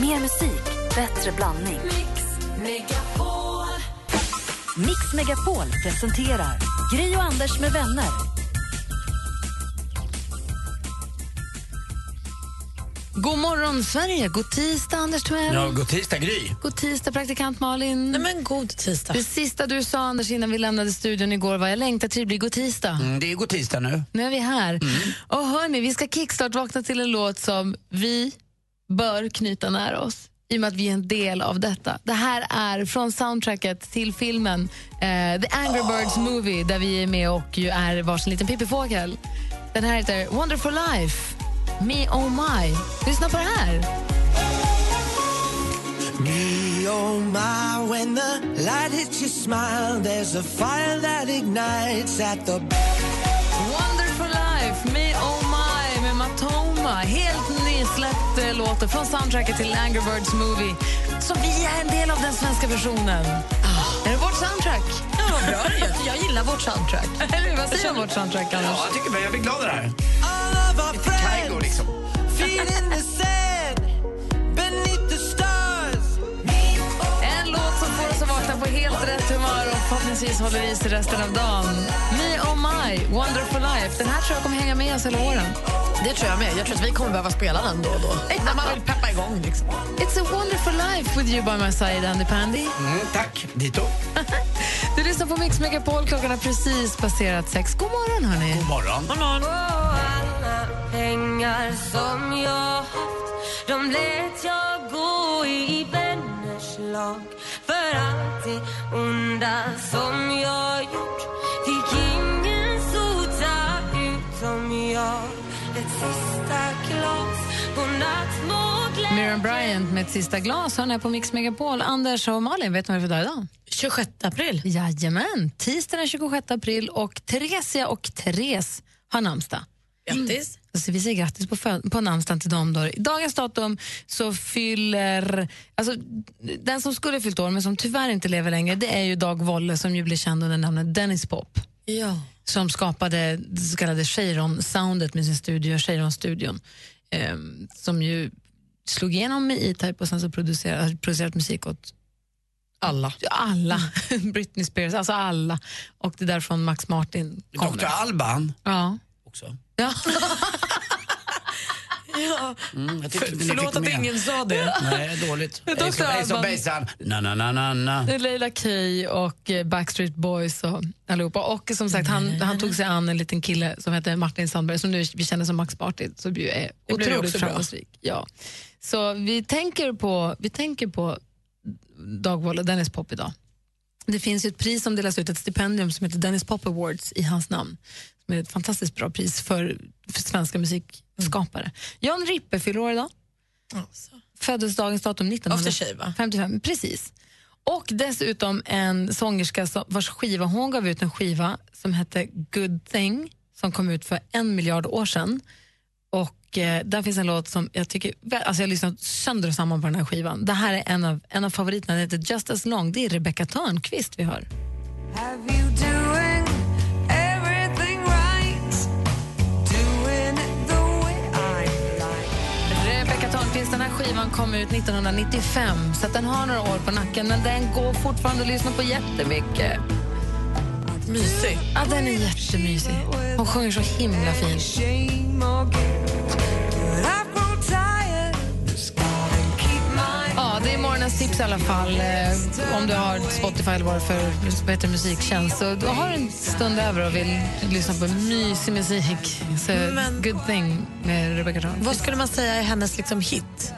Mer musik, bättre blandning. Mix Megapol. Mix Megapol presenterar Gri och Anders med vänner. God morgon, Sverige! God tisdag, Anders Timell. Ja, god tisdag, Gry. God tisdag, praktikant Malin. Nej, men god tisdag. Det sista du sa, Anders, innan vi lämnade studion igår var jag längtar till det blir god tisdag. Mm, det är god tisdag Mm. nu. Nu är vi här. Och hörni, vi ska kickstart-vakna till en låt som vi bör knyta nära oss i och med att vi är en del av detta. Det här är från soundtracket till filmen eh, The Angry Birds Movie där vi är med och ju är varsin liten pippifågel. Den här heter Wonderful Life, Me Oh My. Lyssna på det här. Me, oh my, when the light hits your smile, there's a fire that ignites at the Wonderful Life, Me Oh My med Matoma. Helt nysläppt eh, låt från soundtracket till Angry Birds Movie. Så vi är en del av den svenska versionen. Är det vårt soundtrack? Ah. Ja, vad bra det är. Jag gillar vårt soundtrack. Eller hur? vad säger du om vårt soundtrack, Anders? Ja, jag tycker jag blir glad av det här. all of our Kygo, friends. liksom. Feet in the sand, beneath the stars. Me, oh En låt som får oss att vakna på helt rätt humör och förhoppningsvis håller i sig resten av dagen. Me Oh My, Wonderful Life. Den här tror jag kommer hänga med oss hela åren. Det tror jag med. Jag tror att vi kommer behöva spela den då och då. När man vill peppa igång. Liksom. It's a wonderful life with you by my side, Andy Pandy. Mm, tack, dito. Du lyssnar på Mix Megapol. Klockan har precis passerat sex. God morgon, hörni. God morgon. Oh, Alla pengar som jag haft de lät jag gå i vänners lag För allt det onda som jag gjort fick ingen sota utom jag Ett sista glas godnatt må glädje Miriam Bryant med ett sista glas hörni, här på Mix Megapol. Anders och Malin, vet ni vad det är för dag idag? 26 april. Jajamän, tisdagen den 26 april och Theresia och Therese har namnsdag. Grattis. Alltså, vi säger grattis på, föd- på namnsdagen till dem. Då. I dagens datum så fyller... Alltså, den som skulle ha fyllt år, men som tyvärr inte lever längre, det är ju Dag Wolle som ju blir känd under namnet Dennis Pop Ja. som skapade det så kallade Cheiron-soundet med sin studio, Cheiron-studion, ehm, som ju slog igenom med E-Type och sen så producerat, har producerat musik åt alla. Alla. Britney Spears, alltså alla. Och det är därifrån Max Martin kommer. Dr. Alban Ja. också. Ja. Mm, jag tyckte För, ni fick förlåt att med. ingen sa det. Nej, dåligt. Dr. Ace of- Ace of Alban. Basan. Na, na, na, na, na. Det är Leila Kay och eh, Backstreet Boys och allihopa. Och som sagt, han, han tog sig an en liten kille som heter Martin Sandberg som nu vi känner som Max Martin, som ju är blir ju otroligt också bra. framgångsrik. Ja. Så vi tänker på, vi tänker på Dag Wolle, Dennis Pop idag. Det finns ju ett pris som delas ut, ett stipendium som heter Dennis Pop Awards i hans namn. Som är ett fantastiskt bra pris för, för svenska musikskapare. Jan Rippe fyller år idag. Alltså. Föddes dagens datum After 1900. Shave, va? 55, precis. Och dessutom en sångerska som, vars skiva, hon gav ut en skiva som hette Good thing som kom ut för en miljard år sedan. Och eh, där finns en låt som jag tycker, alltså jag har lyssnat sönder och samman på den här skivan. Det här är en av, en av favoriterna, den heter Just as long, det är Rebecca Törnqvist vi hör. Have you doing everything right? Doing it the way I like. Rebecca Törnqvist, den här skivan kom ut 1995 så att den har några år på nacken men den går fortfarande att lyssna på jättemycket. Mysig. Ja, den är jättemysig. Hon sjunger så himla fint. Shame or guilt, but I've grown tired. Just gotta keep my Ja, det är morgonens tips i alla fall. Eh, Om du har Spotify eller vad det är för vad heter det, musiktjänst så du har en stund över och vill lyssna på mysig musik. Så Mm, Men- good thing med Rebecca John. Vad skulle man säga är hennes liksom, hit?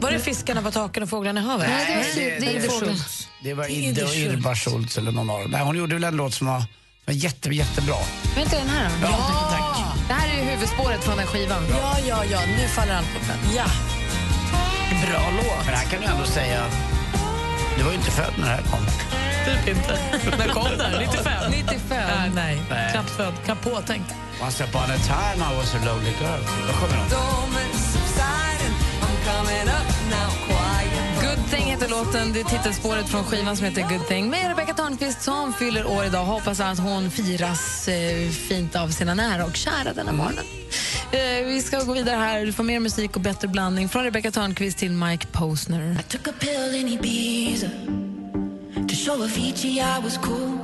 Var det Fiskarna på taken och Fåglarna i havet? Nej, det var- Nej, det är var fågeln. Schultz. Det var är inte det Schultz. Ylva Schultz eller någon av dem. Nej, hon gjorde väl en låt som var, som var jätte, jättebra. Men inte den här då? Ja, tack. Det här är ju huvudspåret från den skivan. Ja, ja, ja. Nu faller allt på plats. Ja. Bra låt. Men här kan du ändå säga, du var ju inte född när det här kom. Typ inte. När kom den? 95? 95. nej. Nej. Knappt född. Knappt påtänkt. Once upon a time I was a lonely girl. Vad sjunger hon? dome is subsiding. I'm coming up now, quiet. Good thing heter låten. Det är titelspåret från skivan som heter Good thing med Rebecca Törnqvist som fyller år idag. Hoppas att hon firas eh, fint av sina nära och kära denna morgonen. Eh, vi ska gå vidare här. Du får mer musik och bättre blandning från Rebecca Törnqvist till Mike Posner. I took a pill in Ibiza to show Avicii I was cool.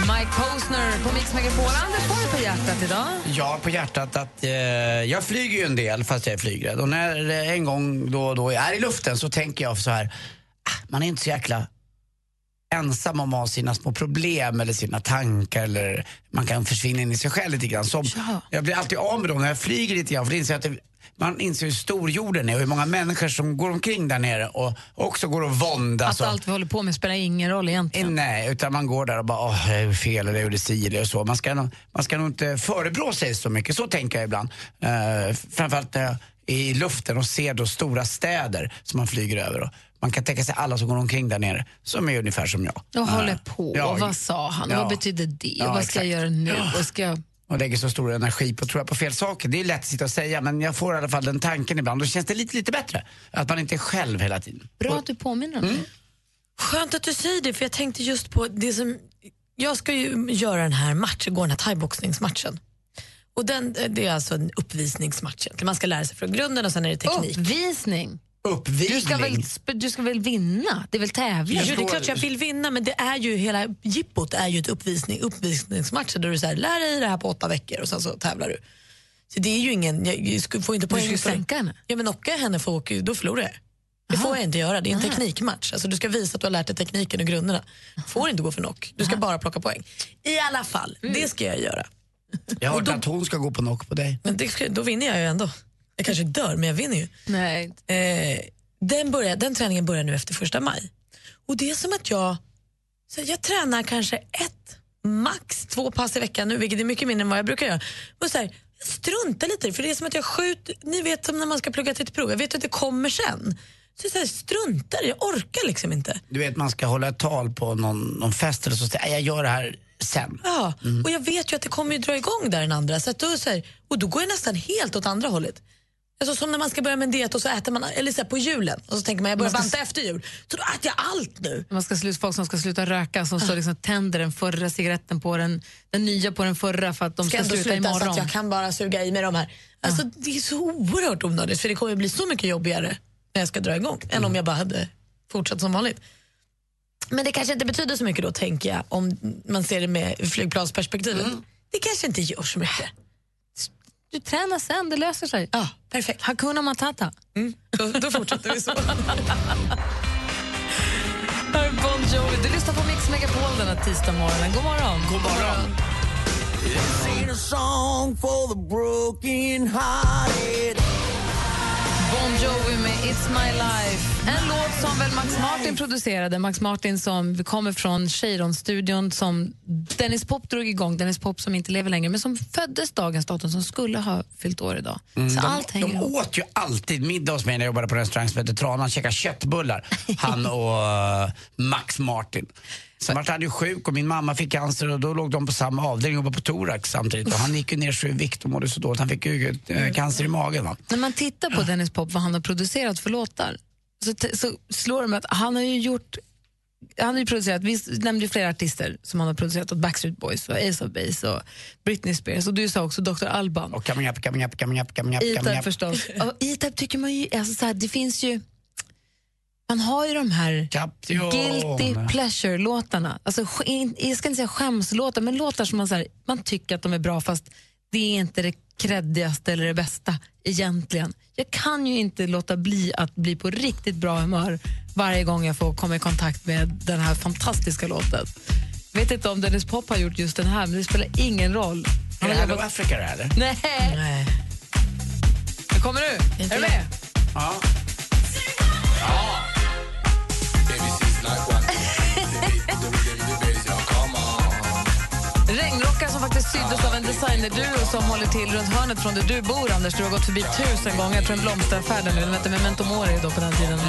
Mike Posner på Mix Megapol. Anders, vad är på hjärtat idag? Ja, på hjärtat att eh, jag flyger ju en del fast jag är flygrädd. Och när eh, en gång då och då jag är i luften så tänker jag så här, ah, man är inte så jäkla ensam om att ha sina små problem eller sina tankar eller man kan försvinna in i sig själv lite grann. Som, Ja. Jag blir alltid av med dem när jag flyger lite grann för det inser jag att det, man inser hur stor jorden är och hur många människor som går omkring där nere och också går och våndas. Att och- allt vi håller på med spelar ingen roll Alltså- Eh, egentligen. Nej, utan man går där och bara åh, jag gjorde fel eller jag gjorde si eller så. Man ska, nog- man ska nog inte förebrå sig så mycket, så tänker jag ibland. Uh, framförallt när jag är i luften och ser då stora städer som man flyger över. Och man kan tänka sig alla som går omkring där nere som är ungefär som jag. Och håller Eh, på. ja, och vad sa han? Och ja. Vad betyder det? Ja, och vad ska exakt. jag göra nu? Och ska jag... och lägger så stor energi på, tror jag, på fel saker. Det är lätt att sitta och säga, men jag får i alla fall den tanken ibland. Då känns det lite, lite bättre. Att man inte är själv hela tiden. Bra att du påminner om Mm. det. Skönt att du säger det, för jag tänkte just på det som... Jag ska ju göra den här matchen, gå den här thaiboxningsmatchen. Och den, det är alltså en uppvisningsmatch. egentligen. Man ska lära sig från grunden och sen är det teknik. Uppvisning. Uppvigling. Du ska, väl, sp- du ska väl vinna? Det är väl tävling? Jo, det är klart jag vill vinna, men det är ju hela jippot är ju ett uppvisning, uppvisningsmatch där du så här, lär dig det här på åtta veckor och sen så tävlar du. Så det är ju ingen, jag jag sku- får inte Du poäng. ska ju för- sänka henne. Ja, men knockar jag henne får, åka- då förlorar jag. Det får jag inte göra, det är en teknikmatch. Alltså, du ska visa att du har lärt dig tekniken och grunderna. Får inte gå för knock, du ska bara plocka poäng. I alla fall, Mm. det ska jag göra. Jag har hört att hon ska gå på knock på dig. Men det ska, då vinner jag ju ändå. Jag kanske dör, men jag vinner ju. Nej. Eh, den, börjar, den träningen börjar nu efter första maj. Och det är som att jag, så jag tränar kanske ett, max två pass i veckan nu, vilket är mycket mindre än vad jag brukar göra. Och så här, jag struntar lite i det, för det är som att jag skjuter, ni vet som när man ska plugga till ett prov, jag vet att det kommer sen. Så jag så här, struntar i det, jag orkar liksom inte. Du vet, man ska hålla ett tal på någon, någon fest eller så. säger, "Nej, Jag gör det här sen. Ja, och jag vet ju att det kommer ju dra igång där den andra. Så att då, så här, och då går jag nästan helt åt andra hållet. Alltså, som när man ska börja med en diet och så äter man, eller så här, på julen och så tänker man jag börjar banta efter jul. Så då äter jag allt nu. Man ska sluta, folk som ska sluta röka som står liksom och tänder den förra cigaretten på den, den nya på den förra för att de Ska ska, ändå sluta, sluta så imorgon. att jag kan bara suga i mig de här. Alltså, Det är så oerhört onödigt för det kommer ju bli så mycket jobbigare när jag ska dra igång än Mm. om jag bara hade fortsatt som vanligt. Men det kanske inte betyder så mycket då tänker jag om man ser det med flygplansperspektivet. Mm. Det kanske inte gör så mycket. Du tränar sen, det löser sig. Ja, perfekt. Mm. Hakuna Matata. Då, då fortsätter vi så. Här är Bon Jovi. Du lyssnar på Mix Megapol den här tisdag morgonen. God morgon. God morgon. Sing a song for the broken hearted. Bon Jovi med It's My Life. En låt som väl Max Martin producerade. Max Martin som kommer från Cheiron-studion som Dennis Pop drog igång. Dennis Pop som inte lever längre men som föddes dagens datum som skulle ha fyllt år idag. Så allt hänger Mm. De ihop. åt ju alltid middag hos mig när jag jobbade på en restaurang som hette Tranan. Käkade köttbullar, han och eh, Max Martin. Sen vart han ju sjuk och min mamma fick cancer och då låg de på samma avdelning och var på thorax samtidigt. Och han gick ju ner sju i vikt och mådde så dåligt. Han fick ju eh, cancer i magen. Va? När man tittar på Dennis Pop, vad han har producerat för låtar, så, t- så slår det mig att han har ju gjort han har ju producerat, vi s- nämnde ju flera artister som han har producerat åt Backstreet Boys, och Ace of Base och Britney Spears och du sa också Dr. Alban. Och coming up, coming up, coming up, coming up, coming E-Type up. förstås. Och E-Type tycker man ju, alltså så här, det finns ju, man har ju de här Kaption. guilty pleasure-låtarna. Alltså, sk- in- jag ska inte säga skämslåtar, men låtar som man, så här, man tycker att de är bra fast det är inte det kreddigaste eller det bästa egentligen. Jag kan ju inte låta bli att bli på riktigt bra humör varje gång jag får komma i kontakt med den här fantastiska låten. Jag vet inte om Dennis Pop har gjort just den här, men det spelar ingen roll. Är det Hello Africa det här, eller? Nej! Nej. Nu kommer du! Är du med? Ja. Regnrockar som faktiskt syddes av en designerduo som håller till runt hörnet från där du bor, Anders. Du har gått förbi tusen gånger. Jag tror en blomsteraffär där nu. Den hette Memento Mori då på den tiden.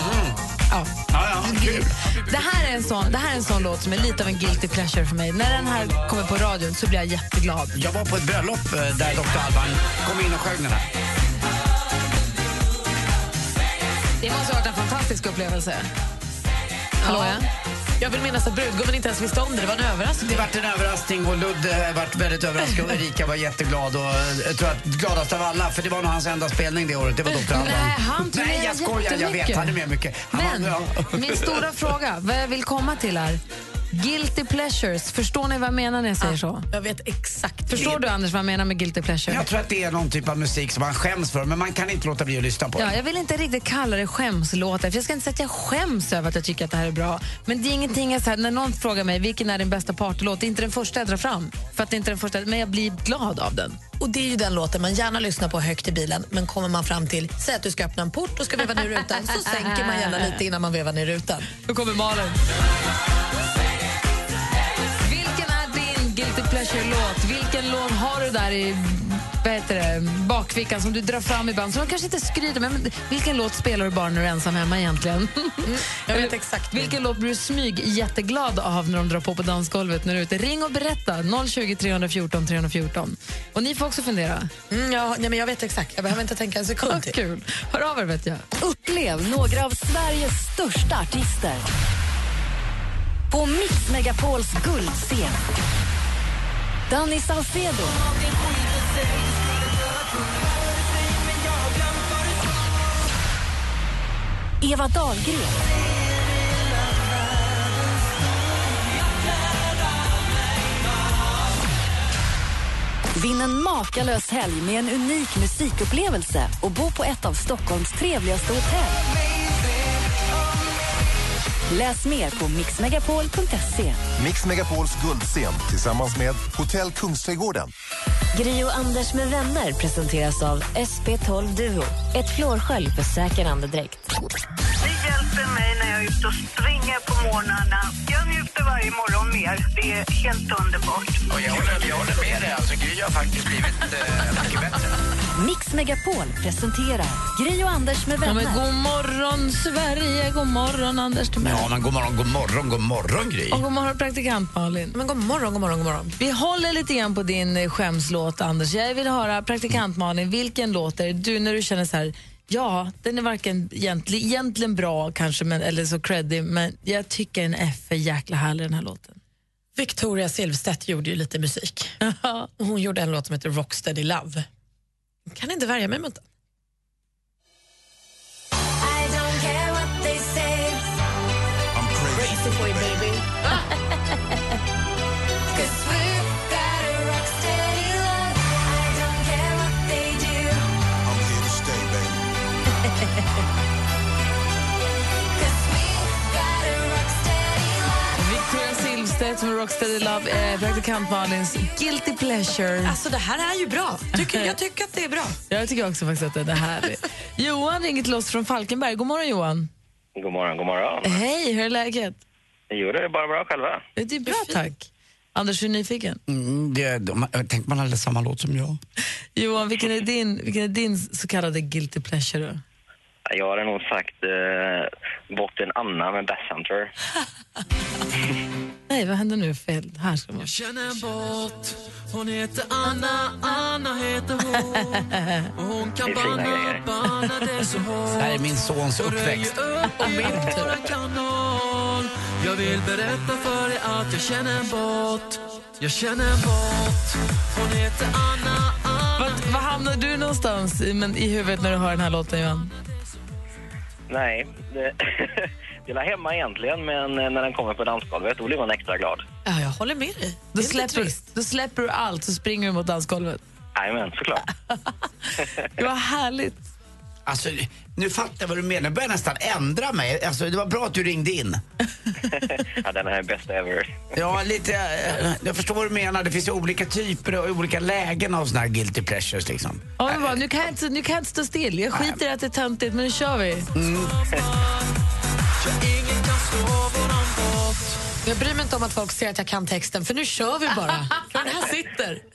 Ja. Ja, ja, kul. Det, här är en sån, det här är en sån låt som är lite av en guilty pleasure för mig. När den här kommer på radion så blir jag jätteglad. Jag var på ett bröllop eh, där Dr. Alban kom in och sjöng den här. Det måste ha varit en fantastisk upplevelse. Hallå, ja. Jag vill minnas att brudgummen inte ens visste om det. Det var en överraskning. Alltså, Det vart en överraskning och Ludde vart väldigt överraskad och Erika var jätteglad och jag tror att gladast av alla för det var nog hans enda spelning det året, det var doktoranden. Nej, han turnerar Nej, jag skojar, jag vet, jättemycket. han är med mycket. Han Men var, min stora fråga, vad jag vill komma till är guilty pleasures. Förstår ni vad jag menar när jag säger så? Jag vet exakt. Förstår du Anders vad jag menar med guilty pleasure? Jag tror att det är någon typ av musik som han skäms för men man kan inte låta bli att lyssna på Ja, den. jag vill inte riktigt kalla det skämslåtar, för jag ska inte säga att jag skäms över att jag tycker att det här är bra. Men det är ingenting jag säger när någon frågar mig vilken är din bästa partylåt, det är inte den första jag drar fram. För att det är inte den första, men jag blir glad av den. Och det är ju den låten man gärna lyssnar på högt i bilen men kommer man fram till, säg att du ska öppna en port och ska veva ner rutan så sänker man gärna lite innan man vevar ner rutan. Nu kommer Malin. Vilken är din guilty pleasure-låt? Vilken låt har du där i vad heter det, bakfickan som du drar fram ibland? Som man kanske inte skryter med, men vilken låt spelar du bara när du är ensam hemma egentligen? jag vet exakt. Vilken låt blir du smyg jätteglad av när de drar på på dansgolvet när du är ute? Ring och berätta, 020 314 314. Och ni får också fundera. Mm, ja, nej, men jag vet exakt, jag behöver inte tänka en sekund till. Kul. Hör av er vet jag. Upplev några av Sveriges största artister. På Mix Megapols guldscen. Danny Saucedo. Eva Dahlgren. Vinn en makalös helg med en unik musikupplevelse och bo på ett av Stockholms trevligaste hotell. Läs mer på mixmegapol.se. Mix Megapols guldscen tillsammans med Hotell Kungsträdgården. Gri och Anders med vänner presenteras av SP12 Duo. Ett flårskölj för säker andedräkt. Ni hjälper mig när jag är ute och springer på morgnarna. Jag njuter varje morgon mer. Det är helt underbart. Och jag, håller, jag håller med dig, alltså Gry har faktiskt blivit eh, mycket bättre. Mix Megapol presenterar Gri och Anders med Ja, vänner. men god morgon Sverige, god morgon Anders Timell. Ja men god morgon, god morgon, god morgon Gry. Och god morgon praktikant Malin. Men god morgon, god morgon, god morgon. Vi håller lite grann på din eh, skämslåt, Anders. Jag vill höra, praktikant Mm. Malin, vilken låt är det du när du känner så här, ja, den är varken egentlig, egentligen bra kanske, men, eller så creddig, men jag tycker den är för jäkla härlig den här låten. Victoria Silvstedt gjorde ju lite musik. Och Hon gjorde en låt som heter Rocksteady Love. Jag kan inte värja mig mot den. Victoria Silvstedt med Rocksteady Love är praktikant Malins guilty pleasure. Alltså det här är ju bra. Tycker, jag tycker att det är bra. Jag tycker också faktiskt att den är härlig. Johan ringer till oss från Falkenberg. God morgon Johan. God morgon, god morgon. Hej, hur är läget? Jo, det är bara bra själva. Det är bra tack. Anders, hur är nyfiken? Mm, det, de, tänk man hade samma låt som jag. Johan, vilken är din, vilken är din så kallade guilty pleasure? då? Jag hade nog sagt eh, bort en annan med Best Hunter. Nej, vad händer nu? Fel. Här ska man. Känner en båt, hon heter Anna, Anna heter hon Och hon kan Det är fina banna, grejer. banna det så Det här är hårt min sons Jag röjer uppväxt. upp och min tur kanon Jag vill berätta för dig att jag känner en båt Jag känner en båt, hon heter Anna, Anna Vad, vad hamnar du någonstans i, men, i huvudet när du hör den här låten, Johan? Nej, det, det är hemma egentligen, men eh, när den kommer på dansgolvet, då blir man extra glad. Ja, jag håller med dig. Då Det är lite släpper, trist. då släpper du allt så springer du mot dansgolvet. Jajamän, såklart. Det var härligt. Alltså, nu fattar jag vad du menar. Jag börjar nästan ändra mig. Alltså, det var bra att du ringde in. ja, den här är bäst ever. Ja, lite, eh, jag förstår vad du menar. Det finns ju olika typer och olika lägen av såna här guilty pleasures. Liksom. Ja, men bara, nu, kan jag inte, nu kan jag inte stå still. Jag skiter i att det är töntigt, men Mm. nu kör vi. Jag bryr mig inte om att folk ser att jag kan texten, för nu kör vi bara. För den här sitter. Jag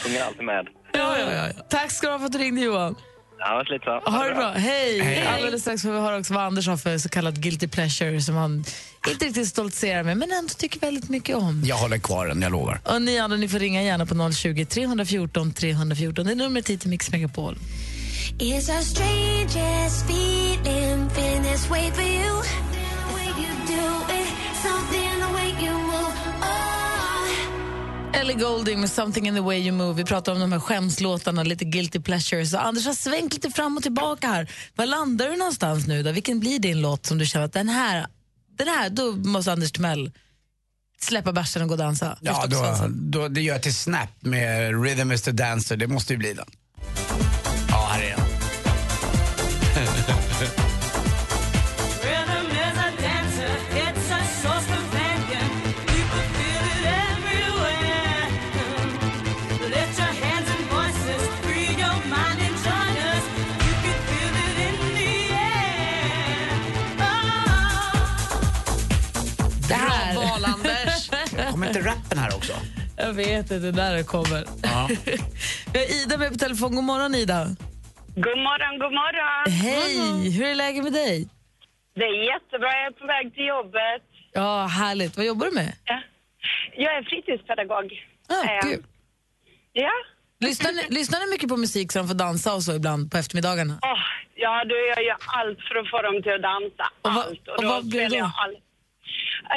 sjunger alltid med. Ja, ja, ja. Tack ska du ha för att du ringde, Johan. Ja, men lite så. Ha det bra. Hej! Alldeles strax får vi höra också vad Anders har för så kallad guilty pleasure som han inte riktigt stoltserar med, men ändå tycker väldigt mycket om. Jag håller kvar den, jag lovar. Och ni andra, ni får ringa gärna på 020 314 314. Det är numret hit till Mix Megapol. It's our strangest feeling, been this way for you. The way you do it, Oh. Ellie Goulding med Something in the way you move. Vi pratar om de här skämslåtarna, lite guilty pleasures. Så Anders har svängt lite fram och tillbaka här. Var landar du någonstans nu? Då? Vilken blir din låt som du känner att den här, den här då måste Anders Timell släppa bärsen och gå och dansa? Ja, Förstås, då, Svensson. då, det gör jag till Snap med Rhythm is the Dancer. Det måste ju bli den. Ja, här är den. Det här. Bra val, Anders. Kommer inte rappen här också? Jag vet inte när det kommer. Ja. Vi har Ida med på telefon. God morgon, Ida. God morgon, god morgon. Hej! Hur är läget med dig? Det är jättebra, jag är på väg till jobbet. Ja, härligt. Vad jobbar du med? Jag är fritidspedagog. Ah, Eh, kul. ja. Lyssnar ni, lyssnar ni mycket på musik så de får dansa och så ibland på eftermiddagarna? Åh, ja, du jag gör allt för att få dem till att dansa. allt. och vad blir det spelar jag allt. Eh,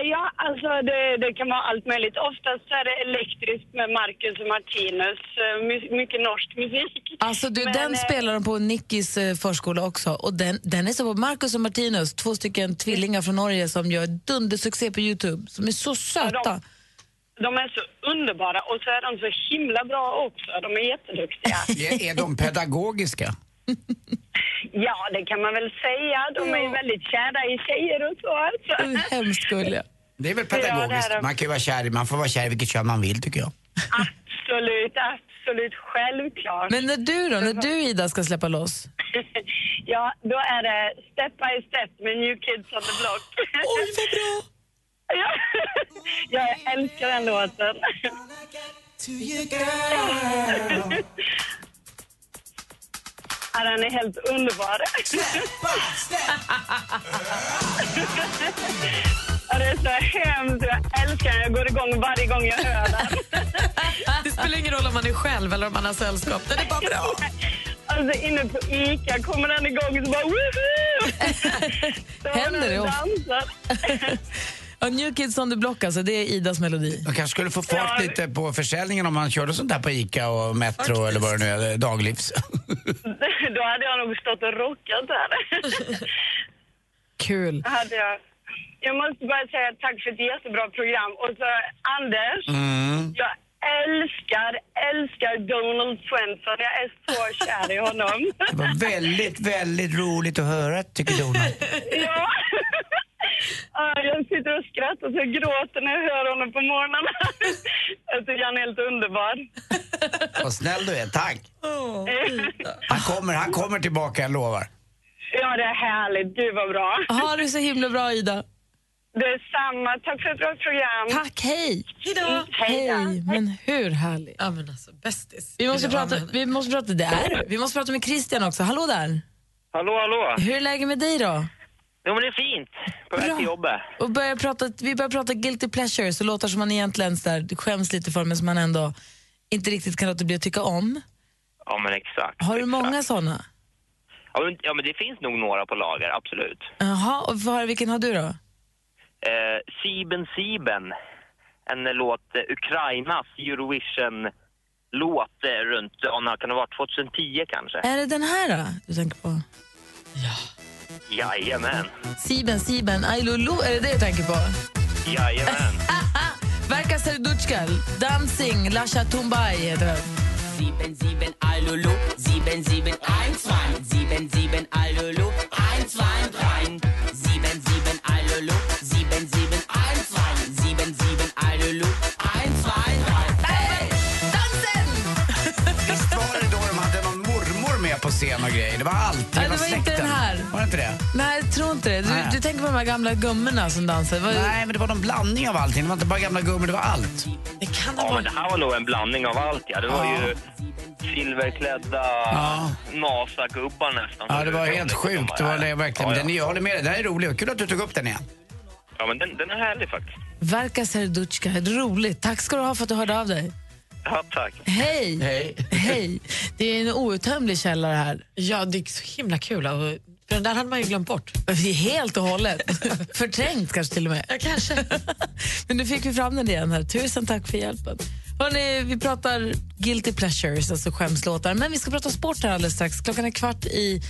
Ja, alltså det, det kan vara allt möjligt. Oftast så är det elektriskt med Marcus och Martinus. eh, My, mycket norsk musik. Alltså du, Men, den eh, spelar de på Nickis eh, förskola också. Och den, den är så på Marcus och Martinus, två stycken tvillingar från Norge som gör dundersuccé på Youtube. Som är så söta. De är så underbara och så är de så himla bra också. De är jätteduktiga. Är, är de pedagogiska? Ja, det kan man väl säga. De är ju väldigt kära i tjejer och så. Alltså. Hemskt gulliga. Det är väl Ja, det är pedagogiskt. de. Man kan ju vara kär i, man får vara kär i vilket kön man vill tycker jag. Absolut, absolut, självklart. Men när du då, när du Ida ska släppa loss? Ja, då är det Step by Step med New Kids on the Block. Oj, vad bra! Ja, jag älskar den låten. Ja, den är helt underbar. Ja, det är så hemskt. Jag älskar den. Jag går igång varje gång jag hör den. Det spelar ingen roll om man är själv eller om man har sällskap. Den är bara bra. Alltså inne på ICA kommer den igång så bara woho! Så Händer det ofta? dansar. Ja, New Kids on the Block alltså, det är Idas melodi. Man kanske skulle få fart Ja. lite på försäljningen om man körde sånt där på ICA och Metro eller vad det nu är, Daglivs. Då hade jag nog stått och rockat där. Kul. Då hade jag. Jag måste bara säga tack för ett jättebra program. Och så Anders, Mm. jag älskar, älskar Donald Svensson. Jag är så kär i honom. Det var väldigt, väldigt roligt att höra tycker Donald. Ja. Ja, Jag sitter och skrattar så jag gråter när jag hör honom på morgonen. Jag tycker han är helt underbar. Vad snäll du är, tack. Eh, Han kommer, han kommer tillbaka, jag lovar. Ja, det är härligt. Gud, vad bra. Ha det så himla bra Ida. Detsamma. Tack för ett bra program. Tack, hej! Hejdå. Hej då. Mm, Hej, men hur härlig? Ja, men alltså, bästis. Vi måste Vill jag ha prata, med vi måste prata där. Vi måste prata med Christian också. Hallå där! Hallå, hallå! Hur är läget med dig då? Jo, men det är fint. På väg till jobbet. Och börjar prata, vi börjar prata guilty pleasures och låtar som man egentligen så där, skäms lite för men som man ändå inte riktigt kan låta bli att tycka om. Ja, men exakt. Har du exakt. många såna? Ja men, ja, men det finns nog några på lager, absolut. Jaha, och för, vilken har du då? Eh, Siben Siben, en låt, eh, Ukrainas Eurovision-låt eh, runt, ja, när kan det vara, 2010 kanske? Eh. Är det den här då, du tänker på? Jajamän, Siben, Siben, Ay Lulu, är det det du tänker på? jajamän. Verka Serduchkal, Dancing, Lasha Tumbai heter den. Sieben, sieben, Alulu, sieben, sieben, eins, zwei, sieben, sieben, Alulu, eins, zwei, drei, sieben, sieben, Alulu, sieben, sieben, eins, zwei, sieben, sieben, Alulu, eins, zwei, drei. Visst var det då de hade någon mormor med på scen och grejer? Det var allt, Nej, hela det var släkten. inte den här. Var det inte det? Nej, jag tror inte det. Nej. Du, du tänker på de här gamla gummorna som dansade. Vad- Nej, men det var någon blandning av allting. Det var inte bara gamla gummor, det var allt. Det kan det Ja, vara. men det här var nog en blandning av allt, ja. Det var ju silverklädda Ja. nasagubbar nästan. Ja, det var helt sjukt. Det var det verkligen. Ja, Men ja. Den, jag håller med dig, den här är rolig. Kul att du tog upp den igen. Ja, men den, den är härlig faktiskt. Verka Serduchkal, roligt. Tack ska du ha för att du hörde av dig. Ja, tack. Hej! Hej. Hej! Det är en outtömlig källa det här. Ja, det är så himla kul att För den där hade man ju glömt bort. Helt och hållet. Förträngt kanske till och med. Ja, kanske. Men nu fick vi fram den igen. här. Tusen tack för hjälpen. Hörrni, vi pratar guilty pleasures, alltså skämslåtar. Men vi ska prata sport här alldeles strax. Klockan är kvart i,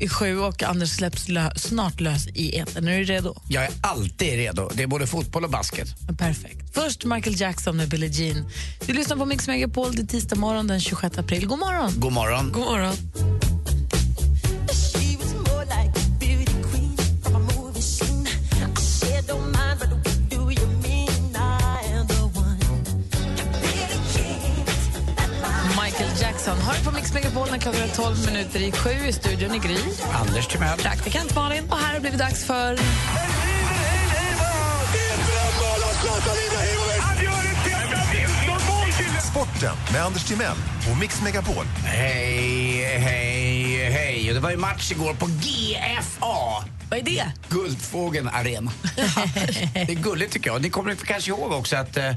i sju och Anders släpps lö, snart lös i etern. Är du redo? Jag är alltid redo. Det är både fotboll och basket. Perfekt. Först Michael Jackson med Billie Jean. Du lyssnar på Mix Megapol. Det är tisdag morgon den 26 april. God morgon! God morgon. God morgon. She was more like a beauty queen from a movie scene. I said, don't mind, but what do you mean? I am the one. Michael Jackson. Hör på Mix Megapol när klockan är 12 minuter i sju. I studion i Gry. Anders Timell. Praktikant Malin. Och här har det blivit dags för... Sporten med Anders Timell och Mix Megapol. Hej, hej, hej. Och Det var ju match igår på GFA. Vad är det? Guldfågeln Arena. det är gulligt tycker jag. Ni kommer kanske ihåg också att eh,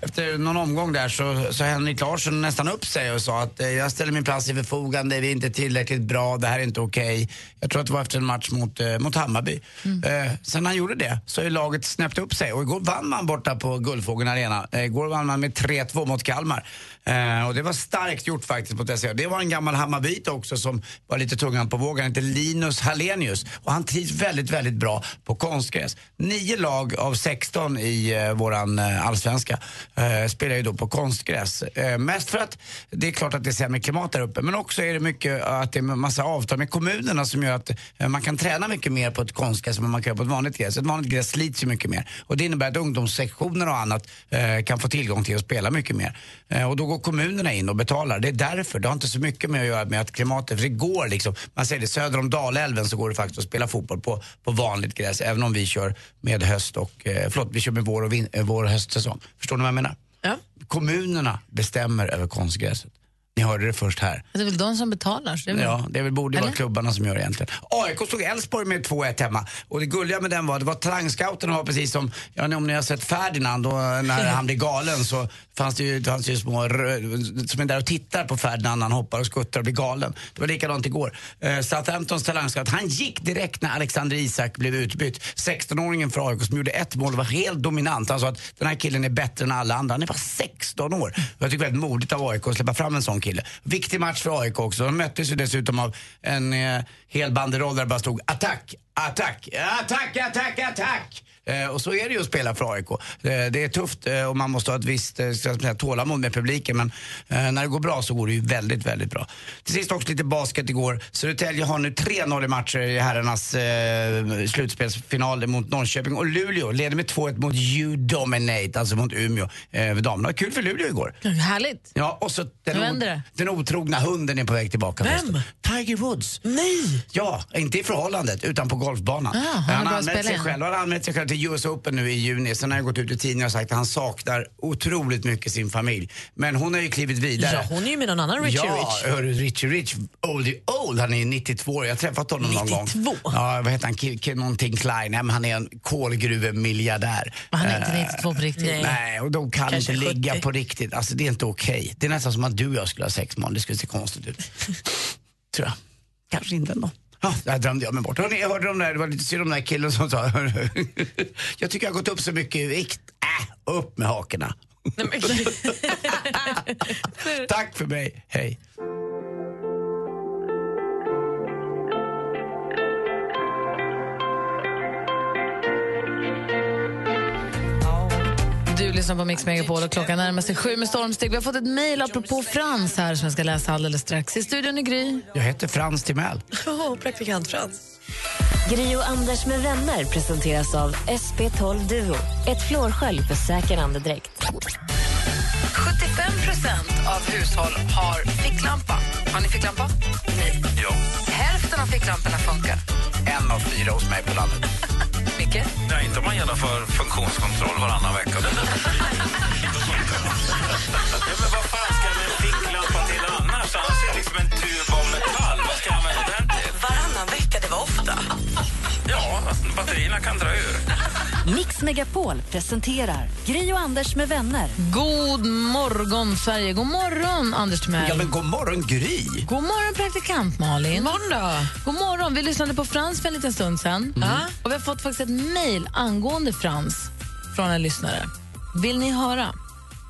efter någon omgång där så, så Henrik Larsson nästan upp sig och sa att eh, jag ställer min plats till förfogande, vi är inte tillräckligt bra, det här är inte okej. Jag tror att det var efter en match mot, eh, mot Hammarby. Mm. Eh, sen han gjorde det så är laget snäppt upp sig och igår vann man borta på Guldfågeln Arena. Eh, igår vann man med 3-2 mot Kalmar. Eh, och det var starkt gjort faktiskt mot SHL. Det var en gammal Hammarbit också som var lite tungan på vågen. Han heter Linus Hallenius och han trivs väldigt, väldigt bra på konstgräs. Nio lag av 16 i eh, våran eh, allsvenska eh, spelar ju då på konstgräs. Eh, mest för att det är klart att det är sämre klimat där uppe men också är det mycket eh, att det är en massa avtal med kommunerna som gör att eh, man kan träna mycket mer på ett konstgräs än man kan göra på ett vanligt gräs. Ett vanligt gräs slits ju mycket mer och det innebär att ungdomssektioner och annat eh, kan få tillgång till att spela mycket mer. Eh, och då går kommunerna in och betalar. Det är därför. Det har inte så mycket med att göra med att klimatet, för det går liksom. Man säger det, söder om Dalälven så går det faktiskt att spela fotboll på, på vanligt gräs även om vi kör med höst och, eh, förlåt, vi kör med vår och, vin, eh, vår och höstsäsong. Förstår ni vad jag menar? Ja. Kommunerna bestämmer över konstgräset. Ni hörde det först här. Det är väl de som betalar? Så det är väl... Ja, det är väl, borde vara Eller? klubbarna som gör det egentligen. AIK slog Elfsborg med 2-1 hemma. Och det gulliga med den var, det var talangscouterna var precis som, jag vet inte om ni har sett Ferdinand, och när han blir galen så fanns det ju, det fanns ju små rö- som är där och tittar på Ferdinand när han hoppar och skuttar och blir galen. Det var likadant igår. Eh, Southamptons talangscout, han gick direkt när Alexander Isak blev utbytt. 16-åringen för AIK som gjorde ett mål var helt dominant. Han sa att den här killen är bättre än alla andra. Han är bara 16 år. Jag tycker det är väldigt modigt av AIK att släppa fram en sån kille. Viktig match för AIK också. De möttes ju dessutom av en eh, hel banderoll där det bara stod attack, attack, attack, attack, attack. Eh, och så är det ju att spela för AIK. Eh, det är tufft eh, och man måste ha ett visst eh, ska jag säga, tålamod med publiken men eh, när det går bra så går det ju väldigt, väldigt bra. Till sist också lite basket igår. Södertälje har nu 3-0 i matcher i herrarnas eh, slutspelsfinal mot Norrköping och Luleå leder med 2-1 mot You Dominate, alltså mot Umeå. Eh, damerna. Kul för Luleå igår. Härligt. Ja, och så den, Nu o- vänder det. den otrogna hunden är på väg tillbaka. förresten. Tiger Woods. Nej! Ja, inte i förhållandet utan på golfbanan. Ah, han har han har börjat anmält spela sig igen. själv. Han har anmält sig själv till US Open nu i juni. Sen har han gått ut i tidningen och sagt att han saknar otroligt mycket sin familj. Men hon har ju klivit vidare. Ja, hon är ju med någon annan Richie Ja, Rich. hörru, Richie Rich, oldie old, han är ju 92 år. Jag har träffat honom någon gång. 92? Ja, vad heter han? Ki- Ki- någonting Klein. Nej, men han är en kolgruvemiljardär. Men han är inte Eh, 92 på riktigt. Nej. och de kan Kanske inte ligga 70. på riktigt. Alltså det är inte okej. Det är nästan som att du och jag skulle ha sex man. Det skulle se konstigt ut. Tror jag. Kanske inte ändå. Ja, där drömde jag mig bort. Hörrni, jag hörde de där, det var lite synd om den där killen som sa Jag tycker jag har gått upp så mycket i vikt. Äh, upp med hakorna. Tack för mig, hej. Du lyssnar på Mix Megapol och klockan närmar sig sju med stormsteg. Vi har fått ett mejl apropå Frans här som jag ska läsa alldeles strax. I studion i Gry. Jag heter Frans Timell. Oh, praktikant Frans. Gri och Anders med vänner presenteras av SP12 Duo. Ett flårskölj för säker andedräkt. 75 av hushåll har ficklampa. Har ni ficklampa? Nej. Ja. Hälften av ficklamporna funkar. En av fyra hos mig på landet. Micke? Nej, inte om man genomför funktionskontroll varannan vecka. ja, men vad fan ska en ficklampa till annars? Annars är det liksom en tub av metall. Vad ska jag använda den till? Varannan vecka, det var ofta. ja, batterierna kan dra ur. Mix Megapol presenterar Gri och Anders med vänner. God morgon, Sverige. God morgon, Anders Timell. Ja, men god morgon, Gry. God morgon, praktikant Malin. God morgon, då. God morgon. Vi lyssnade på Frans för en liten stund sen. Mm. Och vi har fått faktiskt ett mejl angående Frans från en lyssnare. Vill ni höra?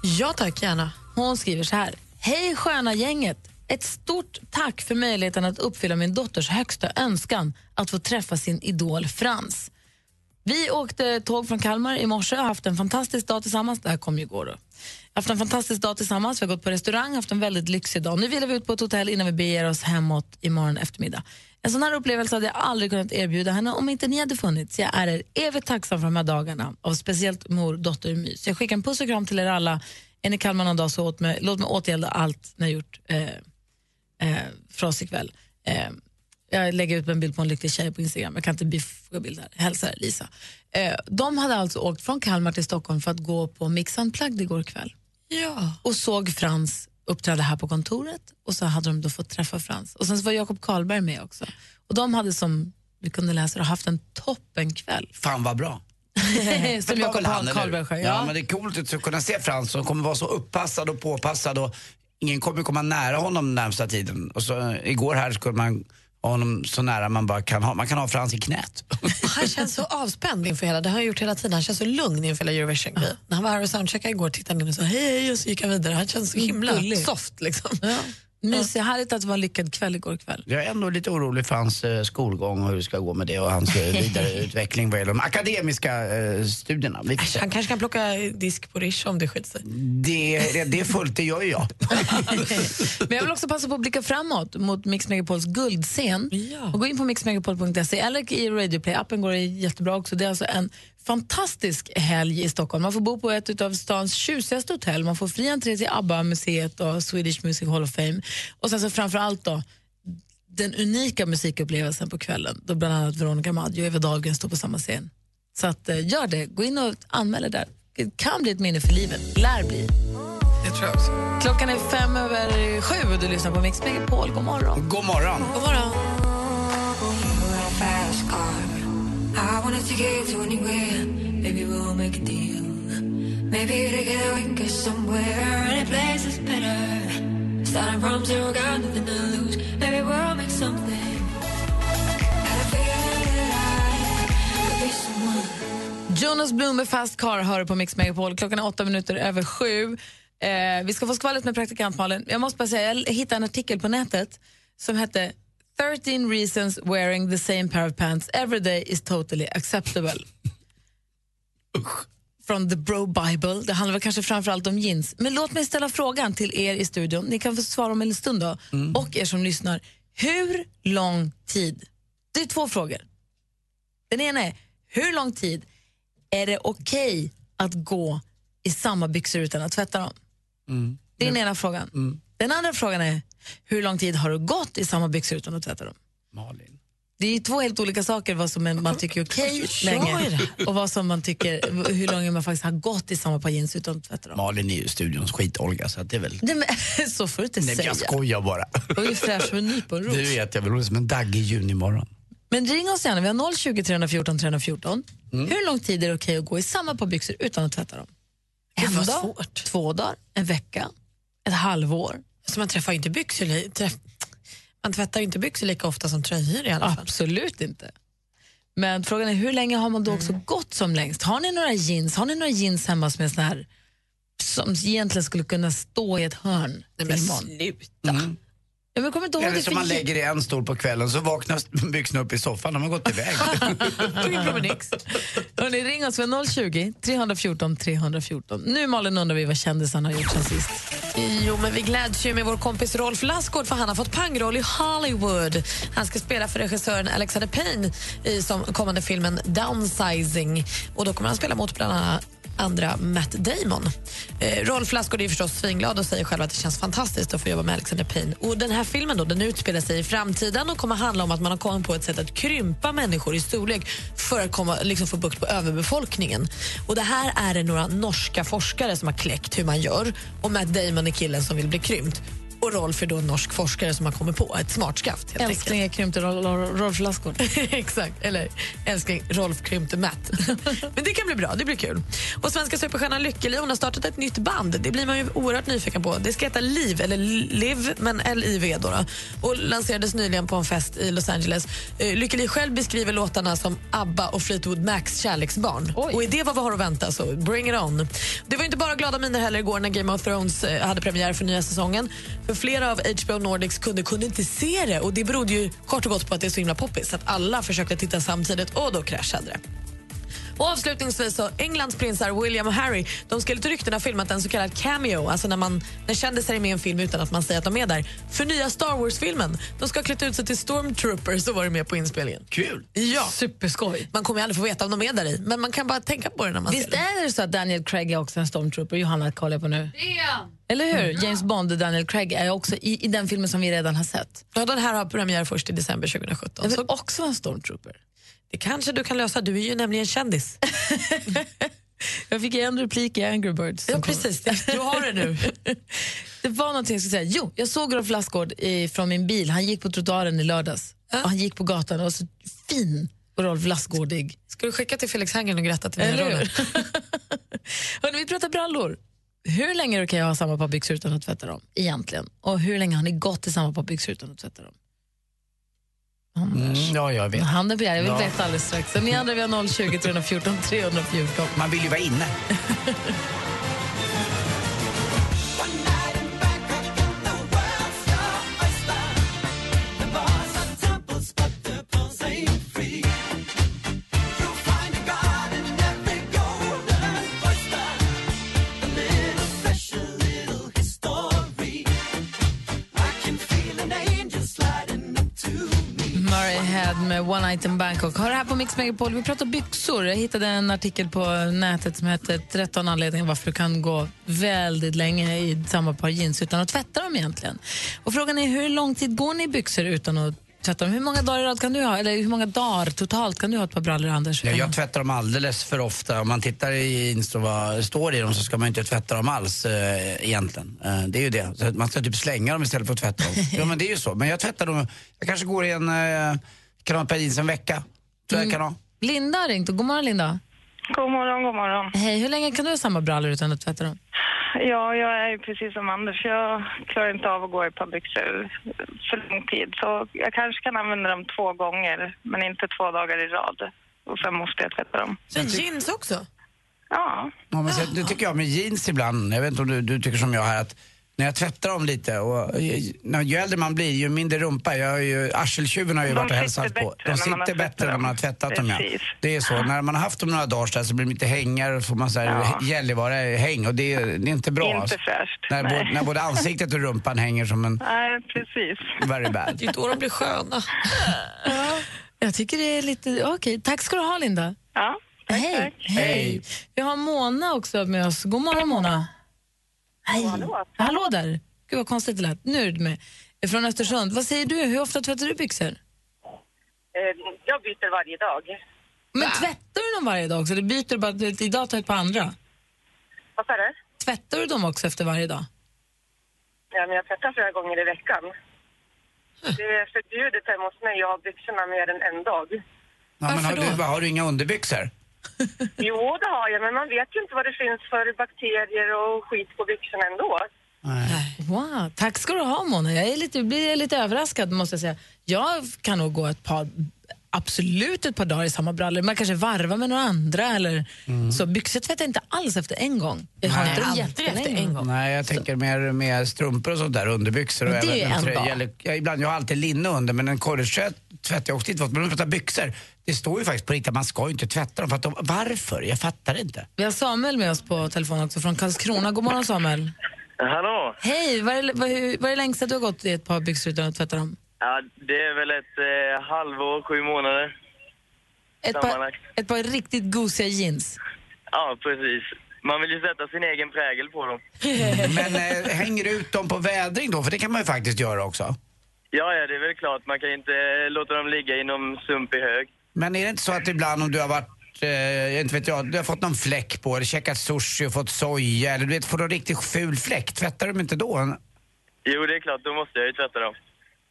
Ja tack, gärna. Hon skriver så här. Hej sköna gänget. Ett stort tack för möjligheten att uppfylla min dotters högsta önskan att få träffa sin idol Frans. Vi åkte tåg från Kalmar i morse och har haft en fantastisk dag tillsammans. Det här kom ju igår då. Haft en fantastisk dag tillsammans, vi har gått på restaurang, haft en väldigt lyxig dag. Nu vilar vi ut på ett hotell innan vi beger oss hemåt imorgon eftermiddag. En sån här upplevelse hade jag aldrig kunnat erbjuda henne om inte ni hade funnits. Jag är er evigt tacksam för de här dagarna av speciellt mor, dotter och mys. Jag skickar en puss och kram till er alla. Är ni i Kalmar någon dag så åt mig, låt mig återgälda allt ni har gjort eh, eh, för oss ikväll. Eh, jag lägger ut en bild på en lycklig tjej på Instagram. Jag kan inte bifoga bilder. Hälsar Lisa. Eh, de hade alltså åkt från Kalmar till Stockholm för att gå på Mix Unplugged igår kväll. Ja. Och såg Frans uppträda här på kontoret och så hade de då fått träffa Frans. Och sen så var Jakob Karlberg med också. Och de hade som vi kunde läsa det, haft en toppenkväll. Fan vad bra. som Det var Jakob väl han, eller hur? Karlberg sjöng. Ja, Ja. men det är coolt att kunna se Frans som kommer vara så uppassad och påpassad och ingen kommer komma nära honom den närmsta tiden. Och så, eh, igår här skulle man ha honom så nära man bara kan ha. Man kan ha Frans i knät. Han känns så avspänd inför hela, det har han gjort hela tiden. Han känns så lugn inför hela Eurovision. När han var här och soundcheckade igår tittade han in och sa hej, hej och så gick han vidare. Han känns så himla Gullig. soft liksom. Mysigt, härligt att det var en lyckad kväll igår kväll. Jag är ändå lite orolig för hans eh, skolgång och hur det ska gå med det och hans eh, vidareutveckling vad gäller de akademiska eh, studierna. Vi får se. Han kanske kan plocka disk på Rish om det skiter sig. Det, det, det är fullt, det gör ju jag. Men jag vill också passa på att blicka framåt mot Mix Megapols guldscen. Och gå in på mixmegapol.se eller i Radio Play appen går det jättebra också. Det är alltså en fantastisk helg i Stockholm. Man får bo på ett av stans tjusigaste hotell. Man får fri entré till ABBA-museet och Swedish Music Hall of Fame. Och sen så framför allt då den unika musikupplevelsen på kvällen då bland annat Veronica Maggio och Eva Dahlgren står på samma scen. Så att, eh, gör det, gå in och anmäl er där. Det kan bli ett minne för livet, lär bli. Det tror jag också. Klockan är fem över sju och du lyssnar på Mix Megapol. God morgon. God morgon. God morgon. I wanna take you anywhere. Maybe we'll make a deal. Maybe together we can get somewhere. Any place is better. Starting from zero, got nothing to lose. Maybe we'll make something. Got a feeling that I could be someone. Jonas Blum med Fast Car hör du på Mix Megapol. Klockan är åtta minuter över sju. Eh, vi ska få skvallret med praktikant Malin. Jag måste bara säga, jag hittade en artikel på nätet som hette 13 reasons wearing the same pair of pants every day is totally acceptable. Från The Bro Bible. Det handlar väl kanske framförallt om jeans. Men låt mig ställa frågan till er i studion. Ni kan få svara om en stund då. Och er som lyssnar. Hur lång tid? Det är två frågor. Den ena är, hur lång tid är det okej att gå i samma byxor utan att tvätta dem? Det är den ena frågan. Mm. Den andra frågan är, hur lång tid har du gått i samma byxor utan att tvätta dem? Malin. Det är ju två helt olika saker, vad som man tycker är okej Ja, är länge det? och vad som man tycker, hur länge man faktiskt har gått i samma par jeans utan att tvätta dem. Malin är ju studions skit-Olga så att det är väl... Nej, men, så får du inte Nej, men säga. jag skojar bara. Du är ju fräsch som en nyponros. Du vet, jag vill vara som en dagg i juni imorgon. Men ring oss gärna, vi har 020 314 314. Mm. Hur lång tid är det okej att gå i samma par byxor utan att tvätta dem? En dag, två dagar, en vecka, ett halvår. Så Alltså, man träffar ju inte byxor, li- träff, man tvättar ju inte byxor lika ofta som tröjor i alla fall. Absolut inte. Men frågan är hur länge har man då också gått som längst? Har ni några jeans Har ni några jeans hemma som är såna här som egentligen skulle kunna stå i ett hörn till imorgon? sluta. Ja, men kommer inte ihåg Mm. Eller det som för man lägger i en stol på kvällen så vaknar byxorna upp i soffan, de har gått iväg. Hörrni, ring oss vid 020 314 314. Nu Malin undrar vi vad kändisarna har gjort sen sist. Jo, men vi gläds ju med vår kompis Rolf Lassgård för han har fått pangroll i Hollywood. Han ska spela för regissören Alexander Payne i som kommande filmen Downsizing. Och då kommer han spela mot bland annat andra Matt Damon. Eh, Rolf Lassgård är förstås svinglad och säger själv att det känns fantastiskt att få jobba med Alexander Payne. Och den här filmen då, den utspelar sig i framtiden och kommer handla om att man har kommit på ett sätt att krympa människor i storlek för att komma, liksom få bukt på överbefolkningen. Och det här är det några norska forskare som har kläckt hur man gör och Matt Damon är killen som vill bli krympt. Och Rolf är då en norsk forskare som har kommit på ett smart skaft. helt Älskling, jag krympte Rolf, Rolf Lassgård. Exakt. Eller älskling, Rolf krympte Matt. Men det kan bli bra, det blir kul. Och svenska superstjärnan Lykkeli hon har startat ett nytt band. Det blir man ju oerhört nyfiken på. Det ska heta Liv, eller Liv, men L-I-V då. då. Och lanserades nyligen på en fest i Los Angeles. Eh, Lykkeli själv beskriver låtarna som ABBA och Fleetwood Macs kärleksbarn. Och är det vad vi har att vänta så bring it on. Det var inte bara glada miner heller igår när Game of Thrones eh, hade premiär för nya säsongen. För flera av HBO Nordics kunder kunde inte se det och det berodde ju kort och gott på att det är så himla poppis. Så Att alla försökte titta samtidigt och då kraschade det. Och avslutningsvis så, Englands prinsar William och Harry de ska enligt ryktena ha filmat en så kallad cameo, alltså när, man, när kändisar är med i en film utan att man säger att de är där, för nya Star Wars-filmen. De ska ha klätt ut sig till stormtroopers och varit med på inspelningen. Kul! Ja. Superskoj. Man kommer ju aldrig få veta om de är där i, men man kan bara tänka på det när man ser Visst det. är det så att Daniel Craig är också en stormtrooper? Johanna kollar jag på nu. Eller hur? James Bond och Daniel Craig är också i, i den filmen som vi redan har sett. Ja, den här har premiär först i december 2017. Jag vill också vara en stormtrooper. Det kanske du kan lösa, du är ju nämligen kändis. Jag fick ju en replik i Angry Birds. Ja, precis. Du har det nu. det var någonting jag skulle säga. Jo, jag såg Rolf Lassgård i, från min bil. Han gick på trottoaren i lördags. Och han gick på gatan och var så fin och Rolf Lassgårdig. Ska du skicka till Felix Herngren och gratta till den Eller här hur? rollen? Hörrni, vi pratar brallor. Hur länge kan jag ha samma par byxor utan att tvätta dem egentligen? Och hur länge har ni gått i samma par byxor utan att tvätta dem? Mm, ja, jag vet. Handen på hjärtat, jag vill Ja. veta alldeles strax. Så Ni andra, vi har 020 314 314. Man vill ju vara inne. Murray Head med One Night in Bangkok. Har det här på Mix Megapol. Vi pratar byxor. Jag hittade en artikel på nätet som heter 13 anledningar varför du kan gå väldigt länge i samma par jeans utan att tvätta dem egentligen. Och frågan är hur lång tid går ni i byxor utan att tvätta dem? Hur många dagar i rad kan du ha? Eller hur många dagar totalt kan du ha ett par brallor, Anders? Ja, jag tvättar dem alldeles för ofta. Om man tittar i jeans och vad står i dem så ska man ju inte tvätta dem alls eh, egentligen. Eh, det är ju det. Så att man ska typ slänga dem istället för att tvätta dem. ja, men det är ju så. Men jag tvättar dem. Jag kanske går i en, eh, kan ha ett par jeans en vecka. Tror Mm. jag kan ha. Linda har ringt. God morgon, Linda. God morgon, god morgon. Hej, hur länge kan du ha samma brallor utan att tvätta dem? Ja, jag är ju precis som Anders. Jag klarar inte av att gå i ett par byxor för lång tid. Så jag kanske kan använda dem två gånger, men inte två dagar i rad. Och sen måste jag tvätta dem. Så jeans också? Ja. Ja, men sen, det tycker jag med jeans ibland, jag vet inte om du, du tycker som jag här, att när jag tvättar dem lite och ju- när, ju äldre man blir ju mindre rumpa, jag har ju, arseltjuven har ju De varit och sitter hälsat på. bättre De när man har sitter tvättat bättre när man har dem. tvättat dem. Ja. Precis. Det är så, när man har haft dem några dagar så, här, så blir de lite hängar och får man så här Gällivare-häng och det, är- det är inte bra. Inte alltså. fräscht, När, nej. både, när både ansiktet och rumpan hänger som en Nej, precis. very bad. Det är då de blir sköna. Ah. Jag tycker det är lite... Okej, tack ska du ha, Linda. Ja, Hej. Hej. Hej. Vi har Mona också med oss. God morgon, Mona. Hej. Hallå. Hallå där. Gud, vad konstigt det lät. Nu är du med. Från Östersund. Vad säger du? Hur ofta tvättar du byxor? Eh, Jag byter varje dag. Men tvättar du dem varje dag också? Eller byter du bara att idag tar jag ett par andra? Vad sa du? Tvättar du dem också efter varje dag? Ja, men jag tvättar flera gånger i veckan. Det är förbjudet hemma hos mig att ha byxorna mer än en dag. Ja, men har, du, har du inga underbyxor? Jo, det har jag, men man vet ju inte vad det finns för bakterier och skit på byxorna ändå. Wow. Tack ska du ha, Mona. Jag är lite, blir lite överraskad, måste jag säga. Jag kan nog gå ett par, absolut ett par dagar i samma brallor. Man kanske varvar med några andra. Eller, Mm. så byxor tvättar jag inte alls efter en gång. Jag har inte dem jättelänge. Nej, jag tänker mer, mer strumpor och sånt där, underbyxor och Men det är även ju en dag. Eller, ja, ibland, jag har alltid linne under, men en collegetröja tvättar jag också inte åt. Men om vi pratar byxor, det står ju faktiskt på riktigt att man ska ju inte tvätta dem. För att de, varför? Jag fattar inte. Vi har Samuel med oss på telefon också från Karlskrona. God morgon Samuel. Hallå! Hej, vad är, vad, hur- vad är det längsta du har gått i ett par byxor utan att tvätta dem? Ja, det är väl ett eh, halvår, sju månader. Ett par, Sammanlagt. ett par riktigt gosiga jeans. Ja, precis. Man vill ju sätta sin egen prägel på dem. Men eh, hänger du ut dem på vädring då? För det kan man ju faktiskt göra också. Ja, ja, det är väl klart. Man kan ju inte eh, låta dem ligga i någon sumpig hög. Men är det inte så att ibland om du har varit eh, jag inte vet jag, du har fått någon fläck på eller käkat sushi och fått soja eller du vet, får du en riktigt ful fläck, tvättar du dem inte då? Jo, det är klart, då måste jag ju tvätta dem.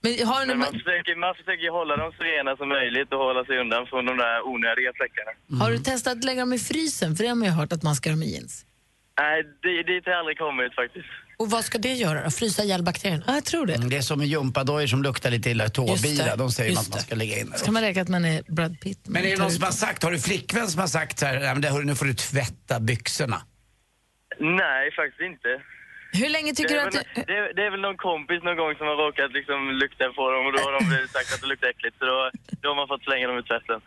Men har du någon, Men man försöker, man försöker ju hålla dem så rena som möjligt och hålla sig undan från de där onödiga fläckarna. Mm. Har du testat att lägga dem i frysen? För det har man ju hört att man ska ha dem i jeans. Nej, det- dit har jag aldrig kommit faktiskt. Och vad ska det göra då? Frysa ihjäl bakterierna? jag tror det. det är som gympadojor som luktar lite illa, Just det, tåbira. De säger just att man ska lägga in det. Så kan man räkna att man är Brad Pitt. Men är det någon som har sagt, har du flickvän som har sagt så här, "Nej, men det, hörru, nu får du tvätta byxorna? Nej, faktiskt inte. Hur länge tycker du det är att väl, det, är, det är väl någon kompis någon gång som har råkat liksom lukta på dem och då har de väl sagt att det luktar äckligt så då, då har man fått slänga dem i tvätten.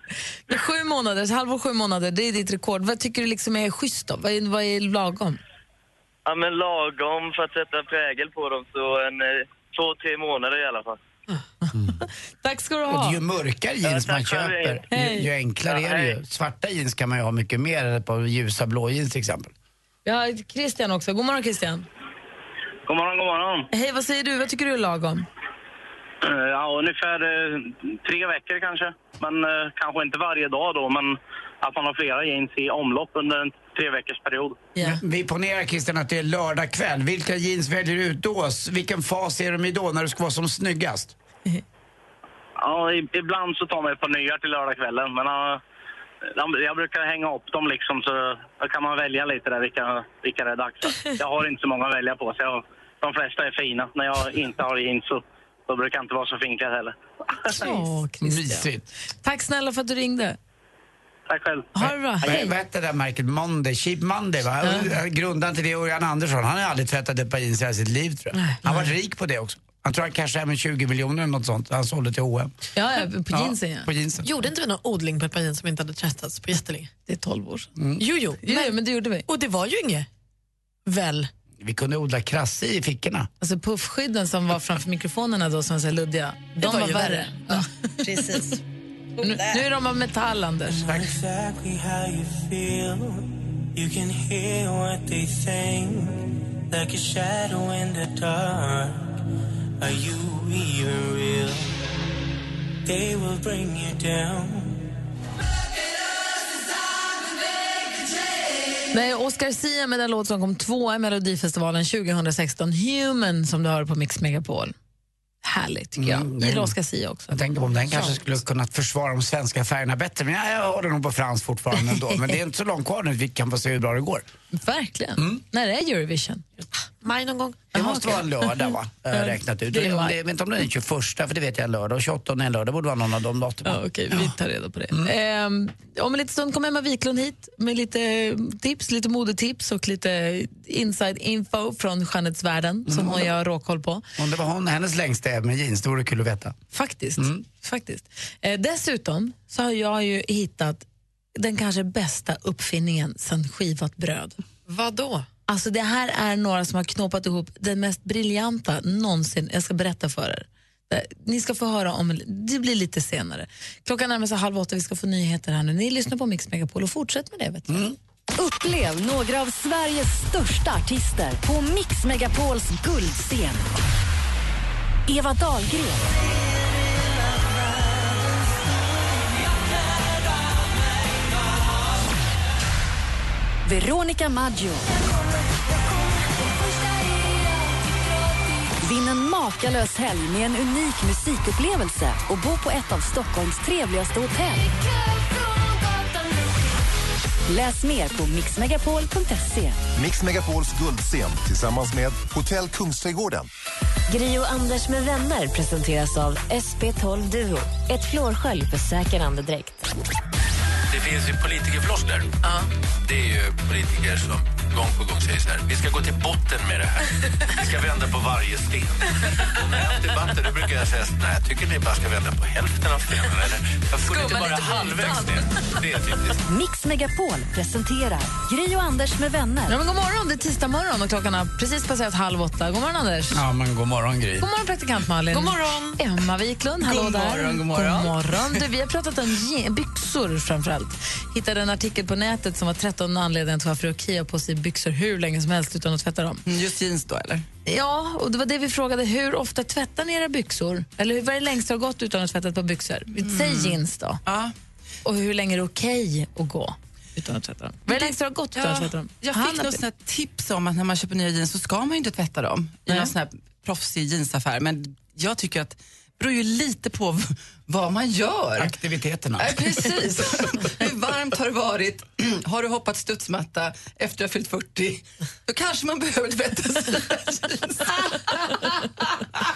Men Sju månader, så halvår sju månader, det är ditt rekord. Vad tycker du liksom är schysst då? Vad är, vad är lagom? Ja men lagom för att sätta prägel på dem så en eh, två, tre månader i alla fall. Tack ska du Och ha. ju mörkare jeans Ja, man tack för det. köper, ju, ju Hej. enklare Ja, är det ju. hej. Svarta jeans kan man ju ha mycket mer än ett par ljusa blå jeans till exempel. Vi har Christian också. God morgon Christian. God morgon, god morgon. Hej, vad säger du? Vad tycker du är lagom? Eh, Ja, ungefär eh, tre veckor kanske. Men eh, kanske inte varje dag då, men att man har flera jeans i omlopp under en tre veckors period. Men Vi ponerar Christian att det är lördag kväll. Vilka jeans väljer du ut då? S- Vilken fas är de i då när du ska vara som snyggast? Ja, i- ibland så tar man ett par nya till lördagskvällen, men eh, de- jag brukar hänga upp dem liksom så då kan man välja lite där vilka, vilka det är dags för. Jag har inte så många att välja på, så jag, de flesta är fina. När jag inte har jeans så då brukar jag inte vara så finklädd heller. Åh, Christian. Mysigt. Tack snälla för att du ringde. Tack själv. Ha det bra. Hej. Vad hette det där märket? Monday? Cheap Monday va? Eh, Grundaren till det är Örjan Andersson. Han har aldrig tvättat ett par jeans i hela sitt liv tror jag. Han var rik på det också. Han tror han cashade hem en 20 miljoner eller något sånt. Han sålde till H&M. Ja, ja, på Ja, jeansen ja. på jeansen. Gjorde inte vi någon odling på ett par jeans som inte hade tvättats på jättelänge? Det är 12 år sedan. Mm. Jo, jo. Jo, men det gjorde vi. Och det var ju inget. Väl? Vi kunde odla krasse i fickorna. Alltså puffskydden som var framför mikrofonerna då, som var så här luddiga, de Det var, var ju värre. värre. Ja, precis. nu, nu är de av metall, Anders. Exactly how you feel. You can hear what they think. Like a shadow in the dark. Are you even real? They will bring you down. Nej, Oscar Sia med den låt som kom tvåa i Melodifestivalen 2016, Human, som du hör på Mix Megapol. Härligt, tycker jag. Mm, Gillar den- Oscar Sia också. Jag tänker på om den kanske skulle kunna försvara de svenska färgerna bättre. Men jag, jag håller nog på Frans fortfarande ändå. Men det är inte så långt kvar nu. Vi kan få se hur bra det går. Verkligen. När är Eurovision? Maj någon gång? Mm. Det måste vara en lördag va? Har jag räknat ut. Det är Eller om maj. det, jag vet inte om det är den 21 för det vet jag är en lördag. Och 28 är en lördag. Det borde vara någon av de datumen. Ja, Okej, vi tar reda på det. Mm. Ehm, om en liten stund kommer Emma Wiklund hit med lite tips, lite modetips och lite inside info från skönhetsvärlden Mm. som hon gör råkoll på. Om det var hon, hennes längsta är med jeans, det vore kul att veta. Faktiskt. Mm. Faktiskt. Eh, dessutom så har jag ju hittat den kanske bästa uppfinningen sen skivat bröd. Vad då? Alltså det här är några som har knåpat ihop den mest briljanta någonsin. Jag ska berätta för er. Eh, Ni ska få höra om, det blir lite senare. Klockan närmar sig halv åtta, vi ska få nyheter här nu. Ni lyssnar på Mix Megapol och fortsätt med det. Vet ni. Mm. Upplev några av Sveriges största artister på Mix Megapols guldscen. Eva Dahlgren. Veronica Maggio. Vinn en makalös helg med en unik musikupplevelse och bo på ett av Stockholms trevligaste hotell. Läs mer på mixmegapol.se. Mix Megapols guldscen tillsammans med Hotell Kungsträdgården. Gri och Anders med vänner presenteras av SP12 Duo. Ett flårskölj för säker andedräkt. Det finns ju politikerfloskler. Det är ju politiker som gång på gång säger så här. Vi ska gå till botten med det här. Vi ska vända på varje sten. Och när jag har haft debatter då brukar jag säga så här, nej, jag tycker ni bara ska vända på hälften av stenen. Eller varför går ni inte Skumma bara lite på halvvägs ytan." ner? Det är typiskt. Mix Megapol presenterar Gri och Anders med vänner. Ja, men god morgon, det är tisdag morgon och klockan har precis passerat halv åtta. God morgon Anders. Ja, men god morgon Gry. God morgon praktikant Malin. God morgon. Emma Wiklund, hallå God där. morgon, god morgon. God morgon. Du, vi har pratat om je- byxor framförallt. Hittade en artikel på nätet som var 13 anledningar till varför Okej har på sig byxor hur länge som helst utan att tvätta dem. Mm, Just jeans då, eller? Ja, och det var det vi frågade. Hur ofta tvättar ni era byxor? Eller hur var det längst det har gått utan att tvätta ett par byxor? Mm. Säg jeans då. Och hur länge är det okej att gå utan att tvätta dem? Vad är det längst det har gått utan att tvätta dem? Jag Han fick har- något sånt här tips om att när man köper nya jeans så ska man ju inte tvätta dem i någon sån här proffsig jeansaffär, men jag tycker att det beror ju lite på v- vad man gör. Aktiviteterna. Nej, precis. Hur varmt har det varit? Har du hoppat studsmatta efter att ha fyllt 40? Då kanske man behöver tvätta sina jeans. Ah,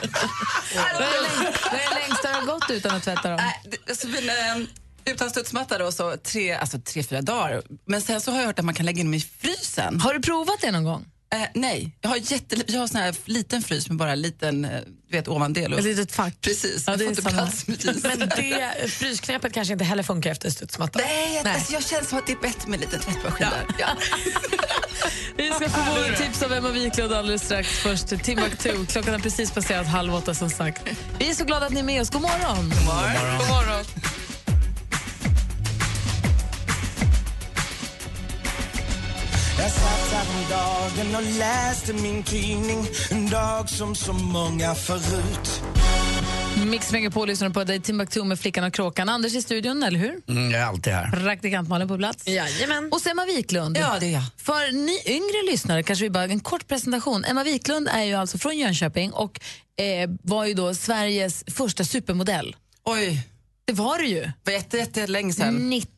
Vad är det längst- vad är det längsta du har gått utan att tvätta dem? Nej, det- alltså, men, ehm, eh, utan studsmatta då, så tre, alltså tre, fyra dagar. Men sen så har jag hört att man kan lägga in dem i frysen. Har du provat det någon gång? Eh, nej, jag har, jätte, jag har sån här liten frys med bara en liten eh, du vet, ovandel. Ett litet fack. Precis, Ja, jag det får är inte samma. plats med jeans. Men det, frysknäppet kanske inte heller funkar efter studsmatta. Nej, jag, Alltså, jag känner som att det är bättre med en liten tvättmaskin där. Ja. Vi ska få våra tips av Emma Wiklund alldeles strax. Först Timbuktu. Klockan har precis passerat halv åtta som sagt. Vi är så glada att ni är med oss. God morgon! God morgon. God morgon. Jag satt häromdagen och läste min tidning En dag som så många förut Mix Megapol lyssnar på dig, Timbuktu med Flickan och Kråkan. Anders i studion, eller hur? Mm, jag är alltid här. Praktikant Malin på plats. Jajamän. Och så Emma Wiklund. Ja, det är jag. För ni yngre lyssnare kanske vi bara en kort presentation. Emma Wiklund är ju alltså från Jönköping och eh, var ju då Sveriges första supermodell. Oj. Det var det ju. Det var jätte, jätte länge sedan. 90.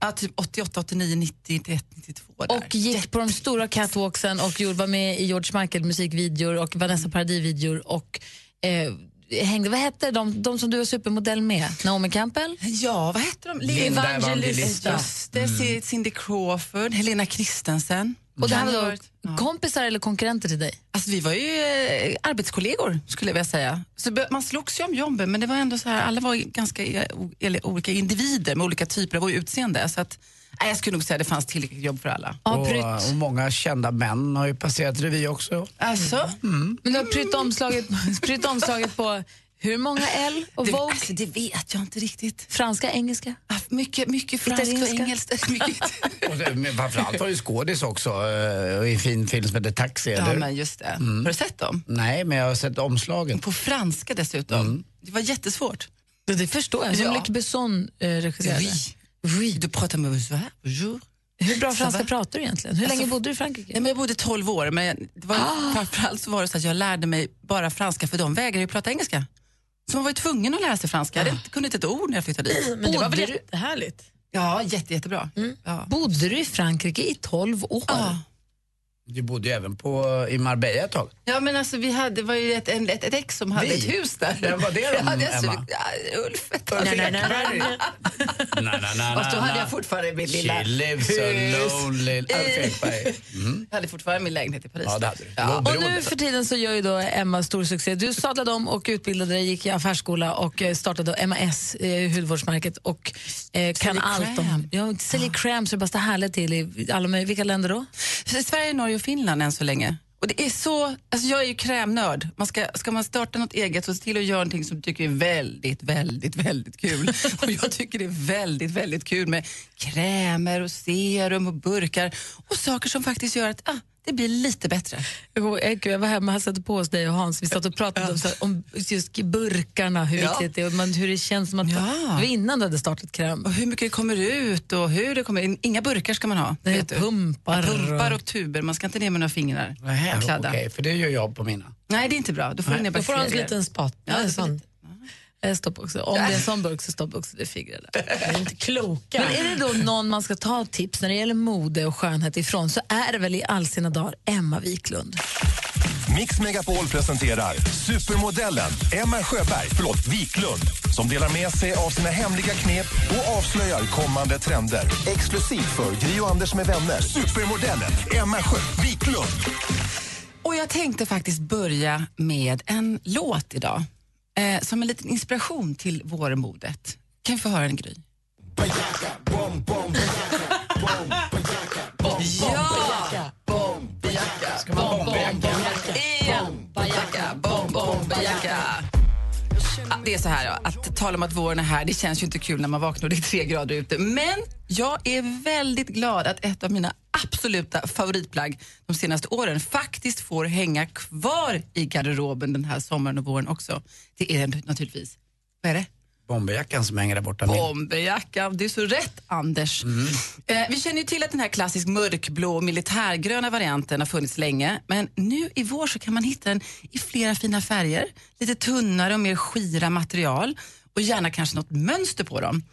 Ja, typ 88, 89, 90, 91, 92. Där. Och gick på de stora catwalksen och gjorde, var med i George Michael musikvideor och Vanessa Paradis-videor och eh, hängde, vad hette de, de som du var supermodell med? Naomi Campbell? Ja, vad hette de? Linda Evangelista. Just det, Mm. Cindy Crawford, Mm. Helena Christensen. Och det här Kan ha var varit- då kompisar eller konkurrenter till dig? Alltså, vi var ju eh, arbetskollegor, skulle jag vilja säga. Så be- man slogs ju om jobben, men det var ändå så här, alla var ju ganska eh, o- eller olika individer med olika typer av utseende. Så att, nej, jag skulle nog säga att det fanns tillräckligt jobb för alla. och, och många kända män har ju passerat revy också. Alltså? Mm. Men du har prytt omslaget, prytt omslaget på hur många L och Vogue? Det, alltså, vet jag inte riktigt. Franska, engelska? Mycket, mycket franskt och Italienska. engelskt. Mycket Och det- men framförallt var det ju skådis också eh, i en fin film som heter Taxi, Ja, eller hur? men just det. Mm. Har du sett dem? Mm. Nej, men jag har sett omslagen. På franska dessutom. Det var jättesvårt. Mm. Det, förstår jag. Som Ja. Luc Besson eh, regisserade. Oui. Du pratar med så här. Bonjour. Hur bra Ça franska va? Alltså, pratar du egentligen? Hur länge bodde du i Frankrike? Ah! Nej, men jag bodde 12 år, men det var, framförallt så var det så att jag lärde mig bara franska för de vägrade ju prata engelska. Så man var ju tvungen att lära sig franska. Jag Ah. hade inte- kunde inte ett ord när jag flyttade dit. Men det var väl Bodde du- jättehärligt? Ja, jätte, jättebra. Ja. Bodde du i Frankrike i 12 år? Du bodde ju även på, i Marbella ett tag. Ja, men alltså vi hade, det var ju ett, en, ett, ett ex som hade Vi? ett hus där. Vem var det då, Ja, det är så- Emma? ja, Ulf. ett tag. Ulf Ekberg. Na, na, na, Fast då na, hade na. jag fortfarande mitt She lilla lives so hus. lonely. Ulf Ekberg. Mm. Jag hade fortfarande min lägenhet i Paris. Ja, det hade du. Du var Och beroende. nu för tiden så gör ju då Emma stor succé. Du sadlade om och utbildade dig, gick i affärsskola och eh, startade då MAS, eh, hudvårdsmärket, och eh, kan Säljer allt om... kräm. Ja, säljer kräm så det bara står härligt till i alla möjliga... Vilka länder då? Så Sverige, Norge och Finland än så länge. Och det är så, alltså jag är ju krämnörd. Man ska, ska man starta något eget så se till att göra någonting som du tycker är väldigt, väldigt, väldigt kul. och jag tycker det är väldigt, väldigt kul med krämer och serum och burkar och saker som faktiskt gör att ah, det blir lite bättre. Jag går- jag- eh, Jag var hemma och satte på hos dig och Hans. Vi satt och pratade om, så här, om just burkarna, hur Ja. viktigt det är och man, hur det känns som att det var innan du hade startat kräm. Och hur mycket det kommer ut och hur det kommer in. Inga burkar ska man ha. Nej, vet du. pumpar. Ja, pumpar och tuber. Man ska inte ner med några fingrar. Nähä, och Okej, kladda. för det gör jag på mina. Nej, det är inte bra. Då får du Nej. ner Då får du ha en bakterier. liten spat. Ja, en sån. Eh, Stopp också. Om det är en sån burk så stopp också. Det är fingrar där. inte kloka. Men är det då någon man ska ta tips när det gäller mode och skönhet ifrån så är det väl i all sina dagar Emma Wiklund. Mix Megapol presenterar supermodellen Emma Sjöberg, förlåt, Wiklund som delar med sig av sina hemliga knep och avslöjar kommande trender. Exklusivt för Gri och Anders med vänner. Supermodellen Emma Sjö Wiklund. Och jag tänkte faktiskt börja med en låt idag eh, som en liten inspiration till vårmodet. Kan vi få höra en Gry? Ja! Bombajacka, bombajacka, bombajacka. Ja, Ah, Det är så här, ja, att tala om att våren är här, det känns ju inte kul när man vaknar och det är tre grader ute. Men jag är väldigt glad att ett av mina absoluta favoritplagg de senaste åren faktiskt får hänga kvar i garderoben den här sommaren och våren också. Det är naturligtvis, vad är det? Bomberjackan som hänger där borta. Mm. Bomberjacka, det är så rätt Anders. Eh, vi känner ju till att den här klassisk mörkblå militärgröna varianten har funnits länge. Men nu i vår så kan man hitta den i flera fina färger. Lite tunnare och mer skira material. Och gärna kanske något mönster på dem.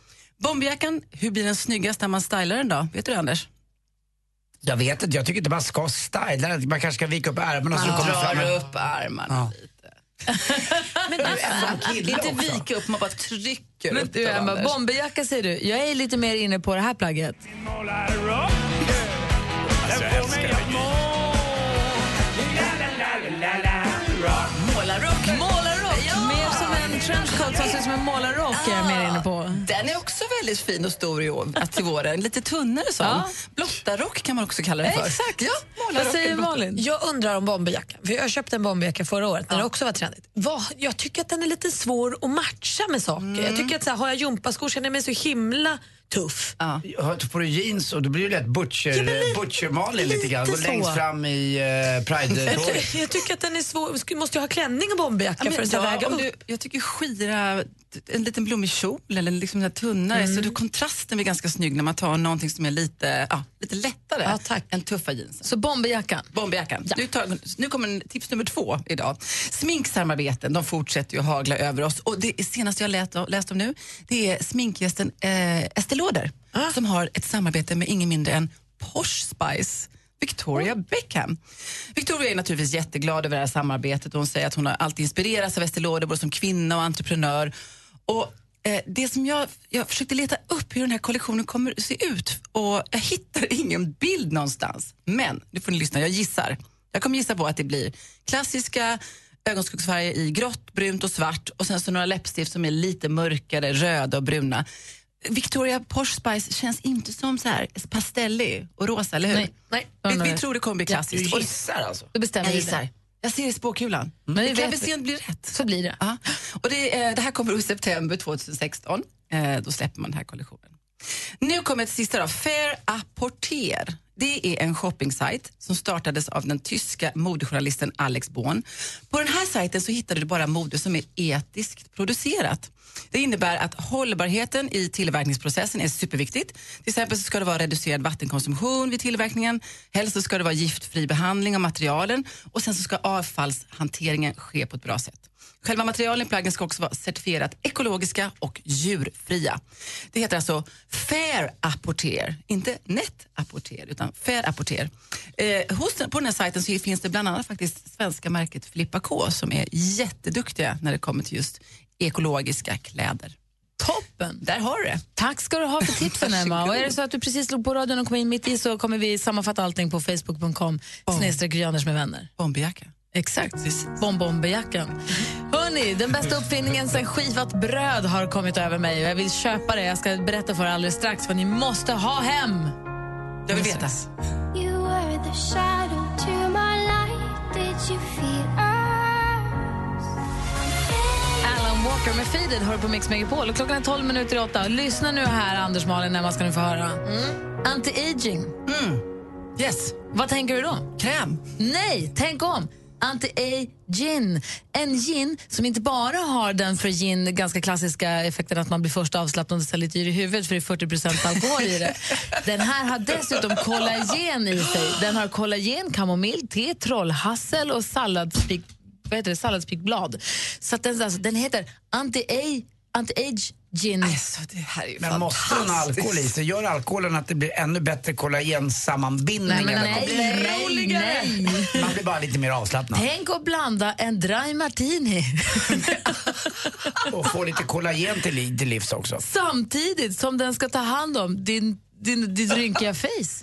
Bomberjackan, hur blir den snyggast när man stylar den då? Vet du det Anders? Jag vet inte, jag tycker inte man ska styla den. Man kanske ska vika upp ärmarna så det Man kommer fram. drar en- upp armarna. Ja. Men du, Emma, Inte vika upp, man bara trycker Men upp du, den, Emma, Anders. bomberjacka säger du. Jag är lite mer inne på det här plagget. Alltså, jag älskar det. Målarrock. Målarrock! Mer som en trenchcoat som ser ut som en målarrock är jag mer inne på. Ah, Den är också väldigt fin och stor i år, till våren. Lite tunnare sån. Ja. Blottarrock kan man också kalla den för. Exakt. Ja, målarrock eller blottarrock. Jag undrar om bomberjackan. För jag köpte en bomberjacka förra året när det också var trendigt. Vad, jag tycker att den är lite svår att matcha med saker. Mm. Jag tycker att så här, har jag gympaskor känner jag mig så himla tuff. Hör, Får du jeans och då blir det lätt butcher, butcher-Malin lite grann. Går lite längst så. fram i uh, Jag, pride-tåget. ty- jag tycker att den är svår. Sk- Måste jag ha klänning och bomberjacka Ja, för men att ta ja, vägen om upp? du, jag tycker skira, en liten blommig kjol eller liksom den här tunnare, Mm. så du, kontrasten blir ganska snygg när man tar någonting som är lite, ja, lite lättare än tuffa jeans. Så bomberjackan? Bomberjackan. Nu, tar, nu kommer tips nummer två idag. Sminksamarbeten, de fortsätter ju att hagla över oss. Och det senaste jag läst, läst om nu, det är sminkgästen eh, Estée Lauder Ah. som har ett samarbete med ingen mindre än Posh Spice. Victoria Oh. Beckham. Victoria är naturligtvis jätteglad över det här samarbetet och hon säger att hon har alltid inspirerats av Estée Lauder både som kvinna och entreprenör. Och eh, det som jag, jag försökte leta upp hur den här kollektionen kommer se ut och jag hittar ingen bild någonstans. Men nu får ni lyssna, jag gissar. Jag kommer gissa på att det blir klassiska ögonskuggsfärger i grått, brunt och svart och sen så några läppstift som är lite mörkare, röda och bruna. Victoria Posh Spice känns inte som så här pastellig och rosa, eller hur? Nej, nej. Vi, vi tror det kommer bli klassiskt. Ja, du gissar alltså? Då bestämmer jag vi gissar. det. Jag ser i spåkulan. Men vi det kan vet- väl se om det blir rätt. Så blir det. Ja. Och det, eh, det här kommer i september 2016. Eh, Då släpper man den här kollektionen. Nu kommer ett sista då. Fair Apporter. Det är en shoppingsajt som startades av den tyska modejournalisten Alex Born. På den här sajten så hittar du bara mode som är etiskt producerat. Det innebär att hållbarheten i tillverkningsprocessen är superviktigt. Till exempel så ska det vara reducerad vattenkonsumtion vid tillverkningen. Helst så ska det vara giftfri behandling av materialen och sen så ska avfallshanteringen ske på ett bra sätt. Själva materialen i plaggen ska också vara certifierat ekologiska och djurfria. Det heter alltså Fair Apporter, inte Net Apporter, utan Fair Apporter. Eh, hos den, på den här sajten så finns det bland annat faktiskt svenska märket Filippa K som är jätteduktiga när det kommer till just ekologiska kläder. Toppen! Där har du det. Tack ska du ha för tipsen, Emma. Och är det så att du precis slog på radion och kom in mitt i så kommer vi sammanfatta allting på facebook.com snedstreck Gry Anders med vänner. Bomberjacka. Exakt. Bombombejackan. Hörni, den bästa uppfinningen sen skivat bröd har kommit över mig och jag vill köpa det. Jag ska berätta för er alldeles strax vad ni måste ha hem. Jag vill veta. You were the shadow to my light. Did you feel Alan Walker med Faded hör på Mix Megapol och klockan är 12 minuter i åtta. Lyssna nu här, Anders Malin, när man ska nu få höra. Mm. Anti-aging. Mm. Yes. Vad tänker du då? Kräm. Nej, tänk om. Anti-aging. En gin som inte bara har den för gin ganska klassiska effekten att man blir först avslappnad och lite yr i huvudet för det är 40 alkohol i det. Den här har dessutom kollagen i sig. Den har kollagen, kamomill, te, trollhassel och salladspik, vad heter det? salladspikblad. Så att den, alltså, den heter anti-a- anti-age gin. Alltså, det här är ju Men måste hon ha alkohol i sig? Gör alkoholen att det blir ännu bättre kollagensammanbindning? Nej, men eller nej, blir det alltså, nej, roligare? Man blir bara lite mer avslappnad Tänk att blanda en dry martini och får lite kollagen till, li- till livs också. samtidigt som den ska ta hand om din, din, ditt rynkiga face.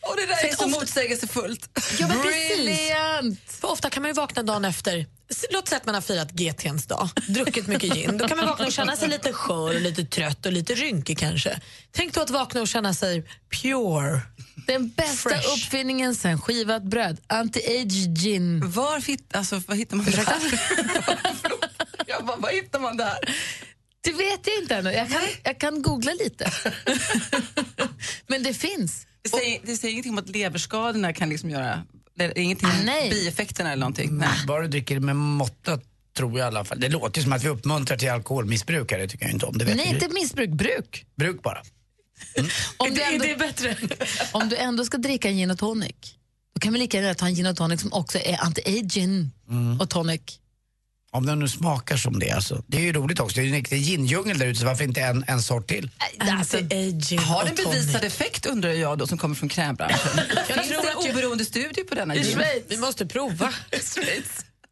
Och det där är så motsägelsefullt. Ja, men Brilliant! För ofta kan man ju vakna dagen efter. S- Låt säga att man har firat GTns dag, druckit mycket gin. Då kan man vakna och känna sig lite skör, och lite trött och lite rynkig kanske. Tänk då att vakna och känna sig pure. Den bästa uppfinningen sen skivat bröd. Anti-age gin. Var, fit, alltså, var hittar man det här? jag bara, var hittar man det här? Det vet jag inte ännu. Jag kan, jag kan googla lite. Men det finns. Det säger, det säger ingenting om att leverskadorna kan liksom göra det är ingenting om bieffekterna eller någonting. Nej. Bara du dricker med måtta tror jag i alla fall. Det låter ju som att vi uppmuntrar till alkoholmissbrukare, det tycker jag inte om. Det vet Nej, ju inte vi. missbruk, bruk. Bruk bara. Om du ändå, är bättre? om du ändå ska dricka en gin och tonic, då kan vi lika gärna ta en gin och tonic som också är anti-aging och tonic. Mm. Om den nu smakar som det. Alltså. Det är ju roligt också. Det är ju en riktig gindjungel där ute, så varför inte en, en sort till? Alltså, Har och den bevisad effekt undrar jag då som kommer från krämbranschen. Finns tror det att ju- oberoende studier på denna I gin? Schweiz. Vi måste prova.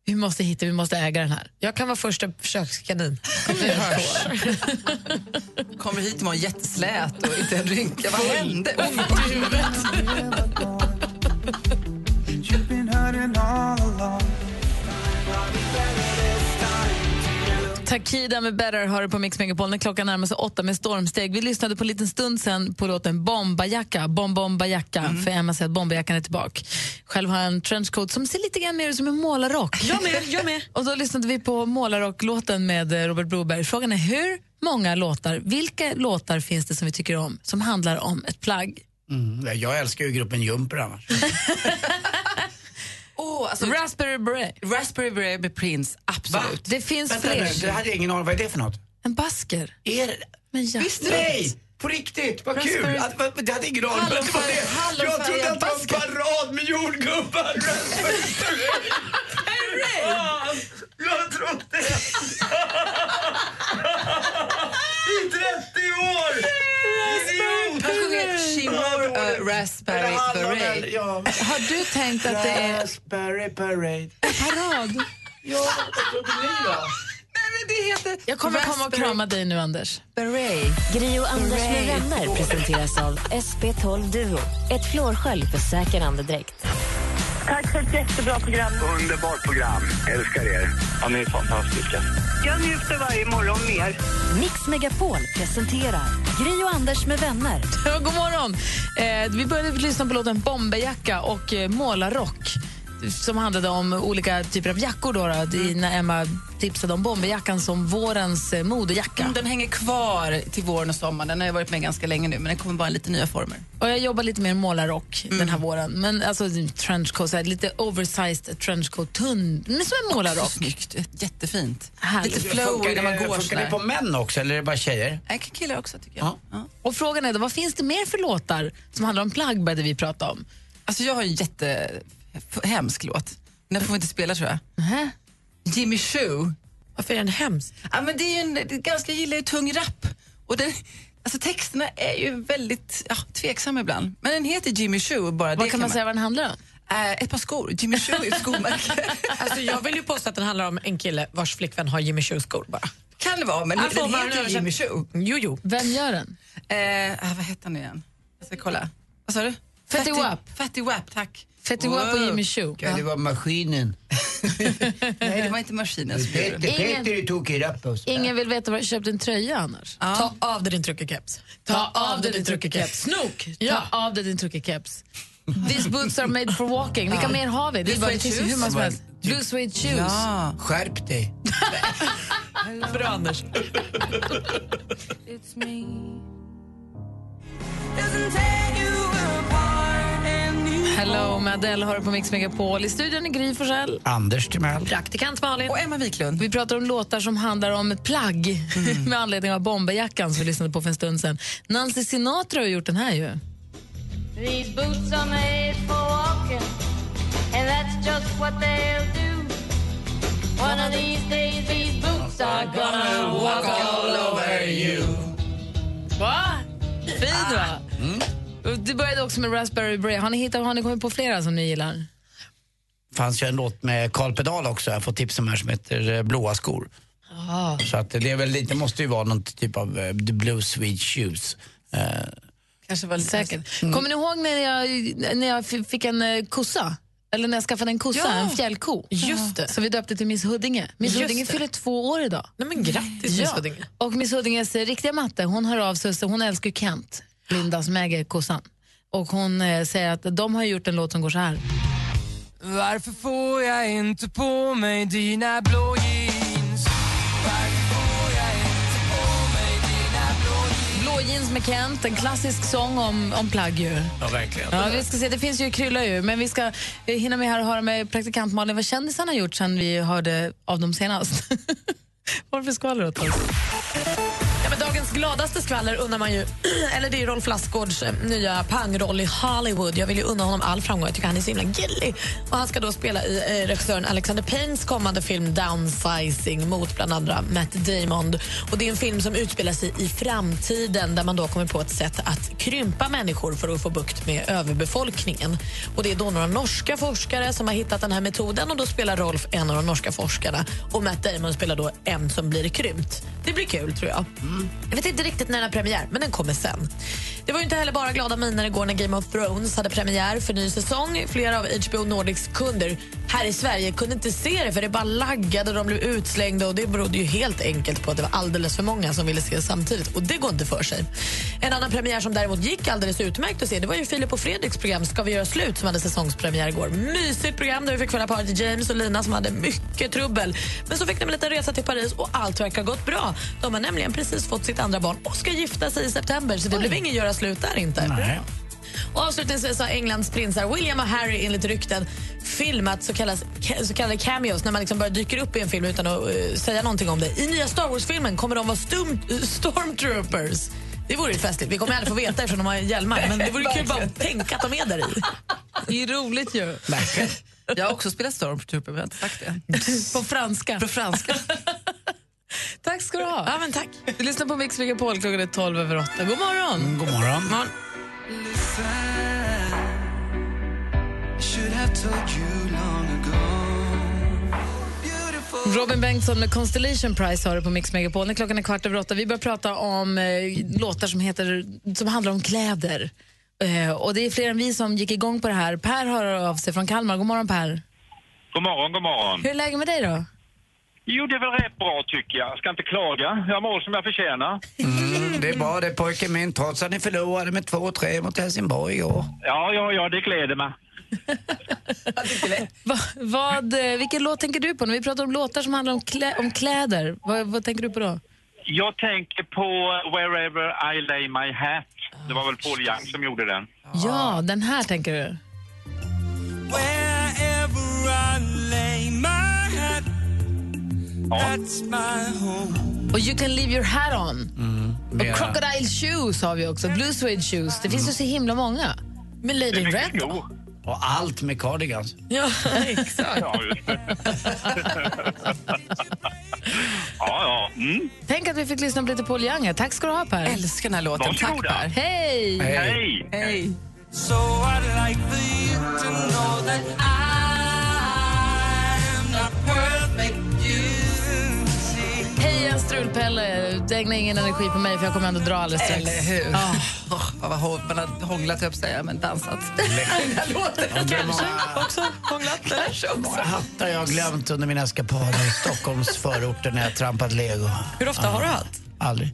Vi måste hitta, vi måste äga den här. Jag kan vara första försökskanin. Kommer hit och var jätteslät och inte en rynka. Vad hände? You've been hurting all along. Takida med Better har du på Mix Megapol när klockan närmar sig åtta med stormsteg. Vi lyssnade på en liten stund sen på låten Bombajacka, Bomb Bombajacka, för Emma säger att bombajackan är tillbaka. Själv har jag en trenchcoat som ser lite grann mer ut som en målarrock. Jag med, jag med. Och då lyssnade vi på målarrocklåten med eh, Robert Broberg. Frågan är hur många låtar, vilka låtar finns det som vi tycker om som handlar om ett plagg? Mm. ja, Jag älskar ju gruppen Jumper annars. Åh, alltså, Raspberry Beret. Raspberry Beret med Prince, absolut. Det finns Vänta fler. nu, det hade jag ingen aning Vad är det för något? En basker. Är Men jag... Visste du Nej! På riktigt, vad kul! Raspberry- Att, vad- det hade jag ingen aning om. att det var det. Hallonfärg- Jag trodde att det var en hallonfärgad parad med jordgubbar. Ja, Jag trodde det! I 30 år! Idiot! Han sjunger She wore a raspberry beret. Ja. eh, Har du tänkt att det är Raspberry Parade. parad? Ja, vad trodde ni då? Jag kommer komma och krama dig nu, Anders. Beret. Gri och Anders med vänner presenteras av SP12 Duo. Ett flårskölj för säker andedräkt. Tack för ett jättebra program. Underbart program. Älskar er. Ja, ni är fantastiska. Jag njuter varje morgon mer. Mix Megapol presenterar Gri och Anders med vänner. Ja, God morgon! Eh, vi började lyssna på låten Bomberjacka och eh, Målarrock som handlade om olika typer av jackor. Då, då, i- när Emma tipsade om bomberjackan som vårens eh, modejacka. Den hänger kvar till våren och sommaren. Den har ju varit med ganska länge nu, men den kommer bara i lite nya former. Och jag jobbar lite mer målarrock den här våren. Men alltså trenchcoat, så här, lite oversized trenchcoat, tunn, men som en målarrock. Också snyggt, jättefint. Härligt. Lite flowy när man går Funkar sådär. det på män också eller är det bara tjejer? Jag kan killar också tycker jag. Och frågan är då, vad finns det mer för låtar som handlar om plagg började vi prata om? Alltså jag har en jättehemsk låt. Den får vi inte spela tror jag. Jimmy Choo. Varför är den hemsk? Ja, men det är ju en, det är ganska, jag gillar ju tung rap. Och det, alltså texterna är ju väldigt ja, tveksamma ibland. Men den heter Jimmy Choo. och Bara Vad det Eh, kan man säga vad den handlar om? ett par skor. Jimmy Choo är ett skomärke. Alltså, jag vill ju påstå att den handlar om en kille vars flickvän har Jimmy Choo-skor bara. kan det vara, men Han får den bara heter en ju Jimmy Choo. Jo, jo. Vem gör den? Eh, ah, vad hette han nu igen? Jag ska kolla. Vad sa du? Fetty Wap. Fatty Wap, tack. Fetty Wap och Wow. Jimmy Choo. Ja, det var maskinen. Nej, det var inte maskinen som gjorde Peter, det. Peter tog i rapp oss. Ingen vill veta var du köpte din tröja annars. Ta av dig din truckerkeps. Ta av dig din truckerkeps. Snok! Ja. Ta av dig din truckerkeps. These boots are made for walking. Vilka mer har vi? Det, är Blue bara, det suede finns ju shoes. hur många som helst. Blue suede shoes. Ja. Skärp dig. Bra, Anders. Hello med Adele har du på Mix Megapol. I studion är Gry Forssell. Anders Timell. Praktikant Malin. Och Emma Wiklund. Mm. Vi pratar om låtar som handlar om ett plagg med anledning av bomberjackan som vi lyssnade på för en stund sedan. Nancy Sinatra har gjort den här ju. These boots are made for walking, and that's just what they'll do. One of these days, these boots are gonna walk all over you. Va? Fin va? Mm. Och Det började också med Raspberry Beret. Har ni, hittat, har ni kommit på flera som ni gillar? fanns ju en låt med Carl Pedal också, jag får tips om här, som heter eh, Blåa skor. Så att det, är väl, lite- det måste ju vara någon typ av eh, The Blue Sweet Shoes. Eh, Kanske var lite Säkert. Mm. Kommer ni ihåg när jag, när jag f- fick en eh, kossa? Eller när jag skaffade en kossa, Ja. en fjällko. Just det. Som vi döpte till Miss Huddinge. Miss Just Huddinge det. fyller två år idag. Nej, men grattis, Miss Huddinge. Och Miss Huddinges eh, riktiga matte, hon hör av sig, så hon älskar ju Kent, Linda som äger kossan. Och hon eh, säger att de har gjort en låt som går så här. Varför får jag inte på mig dina blå jeans? Blå Jeans med Kent, en klassisk sång om, om plagg ju. Ja, verkligen. Ja, vi ska se. Det finns ju krylla ur, men vi ska eh, hinna med här och höra med praktikant Malin vad kändisarna har gjort sen vi hörde av dem senast. Vad för skvaller åt oss? Ja, men dagens gladaste skvaller undrar man ju, eller det är ju Rolf Lassgårds eh, nya pangroll i Hollywood. Jag vill ju unna honom all framgång, jag tycker han är så himla gillig. Och han ska då spela i eh, regissören Alexander Paynes kommande film Downsizing mot bland andra Matt Damon. Och det är en film som utspelar sig i framtiden där man då kommer på ett sätt att krympa människor för att få bukt med överbefolkningen. Och det är då några norska forskare som har hittat den här metoden och då spelar Rolf en av de norska forskarna och Matt Damon spelar då en som blir krympt. Det blir kul tror jag. Jag vet inte riktigt när den har premiär, men den kommer sen. Det var ju inte heller bara glada miner igår när Game of Thrones hade premiär för ny säsong. Flera av HBO Nordics kunder här i Sverige kunde inte se det för det bara laggade och de blev utslängda och det berodde ju helt enkelt på att det var alldeles för många som ville se det samtidigt och det går inte för sig. En annan premiär som däremot gick alldeles utmärkt att se det var ju Filip och Fredriks program Ska vi göra slut som hade säsongspremiär igår. Mysigt program där vi fick följa paret James och Lina som hade mycket trubbel. Men så fick de en liten resa till Paris och allt verkar ha gått bra. De har nämligen precis fått sitt andra barn och ska gifta sig i september så det blev ingen göra slut där inte. Och avslutningsvis har Englands prinsar William och Harry enligt rykten filmat så, kallas, så kallade cameos när man liksom bara dyker upp i en film utan att eh, säga någonting om det. I nya Star Wars-filmen kommer de vara stum, eh, stormtroopers. Det vore ju festligt. Vi kommer aldrig få veta eftersom de har hjälmar men det vore kul bara att tänka att de är där i. Det är ju roligt ju. Jag har också spelat Stormtrooper, men jag har inte sagt det. På franska. På franska. Tack ska du ha. Ja, men tack. Du lyssnar på Mix Megapol klockan är 12 över 8. God morgon. god morgon. morgon. Robin Bengtsson med Constellation Prize har du på Mix Megapol. När klockan är kvart över åtta. Vi börjar prata om eh, låtar som, heter, som handlar om kläder. Eh, och Det är fler än vi som gick igång på det här. Per hör av sig från Kalmar. God morgon, Per. God morgon, god morgon. Hur är läget med dig? då? Jo, det är väl rätt bra tycker jag. Jag ska inte klaga. Jag mår som jag förtjänar. Mm, det är bra det pojken min, trots att ni förlorade med 2-3 mot Helsingborg igår. Ja, ja, ja, det gläder mig. Va, vad, eh, vilken låt tänker du på? När vi pratar om låtar som handlar om, klä, om kläder, vad, vad tänker du på då? Jag tänker på eh, Wherever I lay my hat. Det var väl Paul Young som gjorde den. Ja, den här tänker du. Wherever I lay my head, that's my home. Och You can leave your hat on. Mera. Och Crocodile shoes har vi också. Blue suede shoes. Det finns ju så himla många. Men Lady in Red då? Och allt med cardigans. Ja, exakt. Ja, ja. Mm. Tänk att vi fick lyssna på lite Paul Young. här. Tack ska du ha, Per. Älskar den här låten. Varsågoda. Tack, Per. Hej! Hej. Hej. So I'd like for you to know that I'm not perfect. You see. Hej en strulpelle. Ägna ingen energi på mig för jag kommer ändå dra alldeles strax. Eller hur? Ja. Oh, vad hå- man har hånglat, höll jag på att säga, men dansat. Den här låten. Kanske också hånglat. Kanske också. Hattar jag har glömt under mina eskapader i Stockholms förorter när jag trampat lego. Hur ofta har du hatt? Aldrig.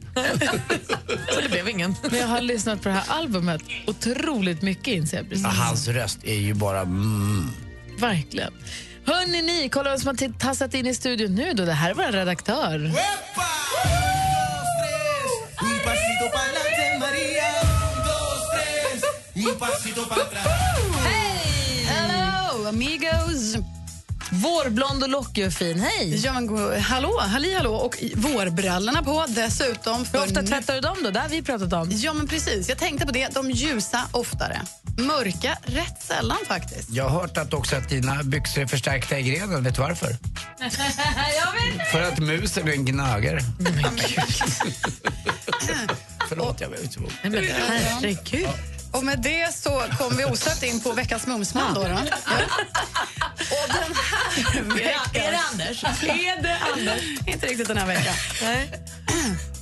Så det blev ingen. Men jag har lyssnat på det här albumet otroligt mycket inser jag precis. Ja, Hans röst är ju bara... Mm. Verkligen. Hörni ni, kolla vem som har t- tassat in i studion nu då. Det här är vår redaktör. Un pasito para adelante, María. Un, dos, tres. Un pasito para atrás. Hej! Hello, amigos! Vårblond och lockig och fin. Hej! Ja, men, go- hallå, halli hallå. Och i- vårbrallorna på dessutom. Hur ofta tvättar du dem då? Det har vi pratat om. Ja, men precis. Jag tänkte på det. De ljusa oftare. Mörka rätt sällan faktiskt. Jag har hört att också att dina byxor är förstärkta i grenen. Vet du varför? jag vet. För att musen är en gnagare. Förlåt, jag blev inte men herregud. Och med det så kom vi osökt in på veckans mumsman. Då, då. Ja. Och den här veckan... är det Anders? Är det Anders? Inte riktigt den här veckan. Nej.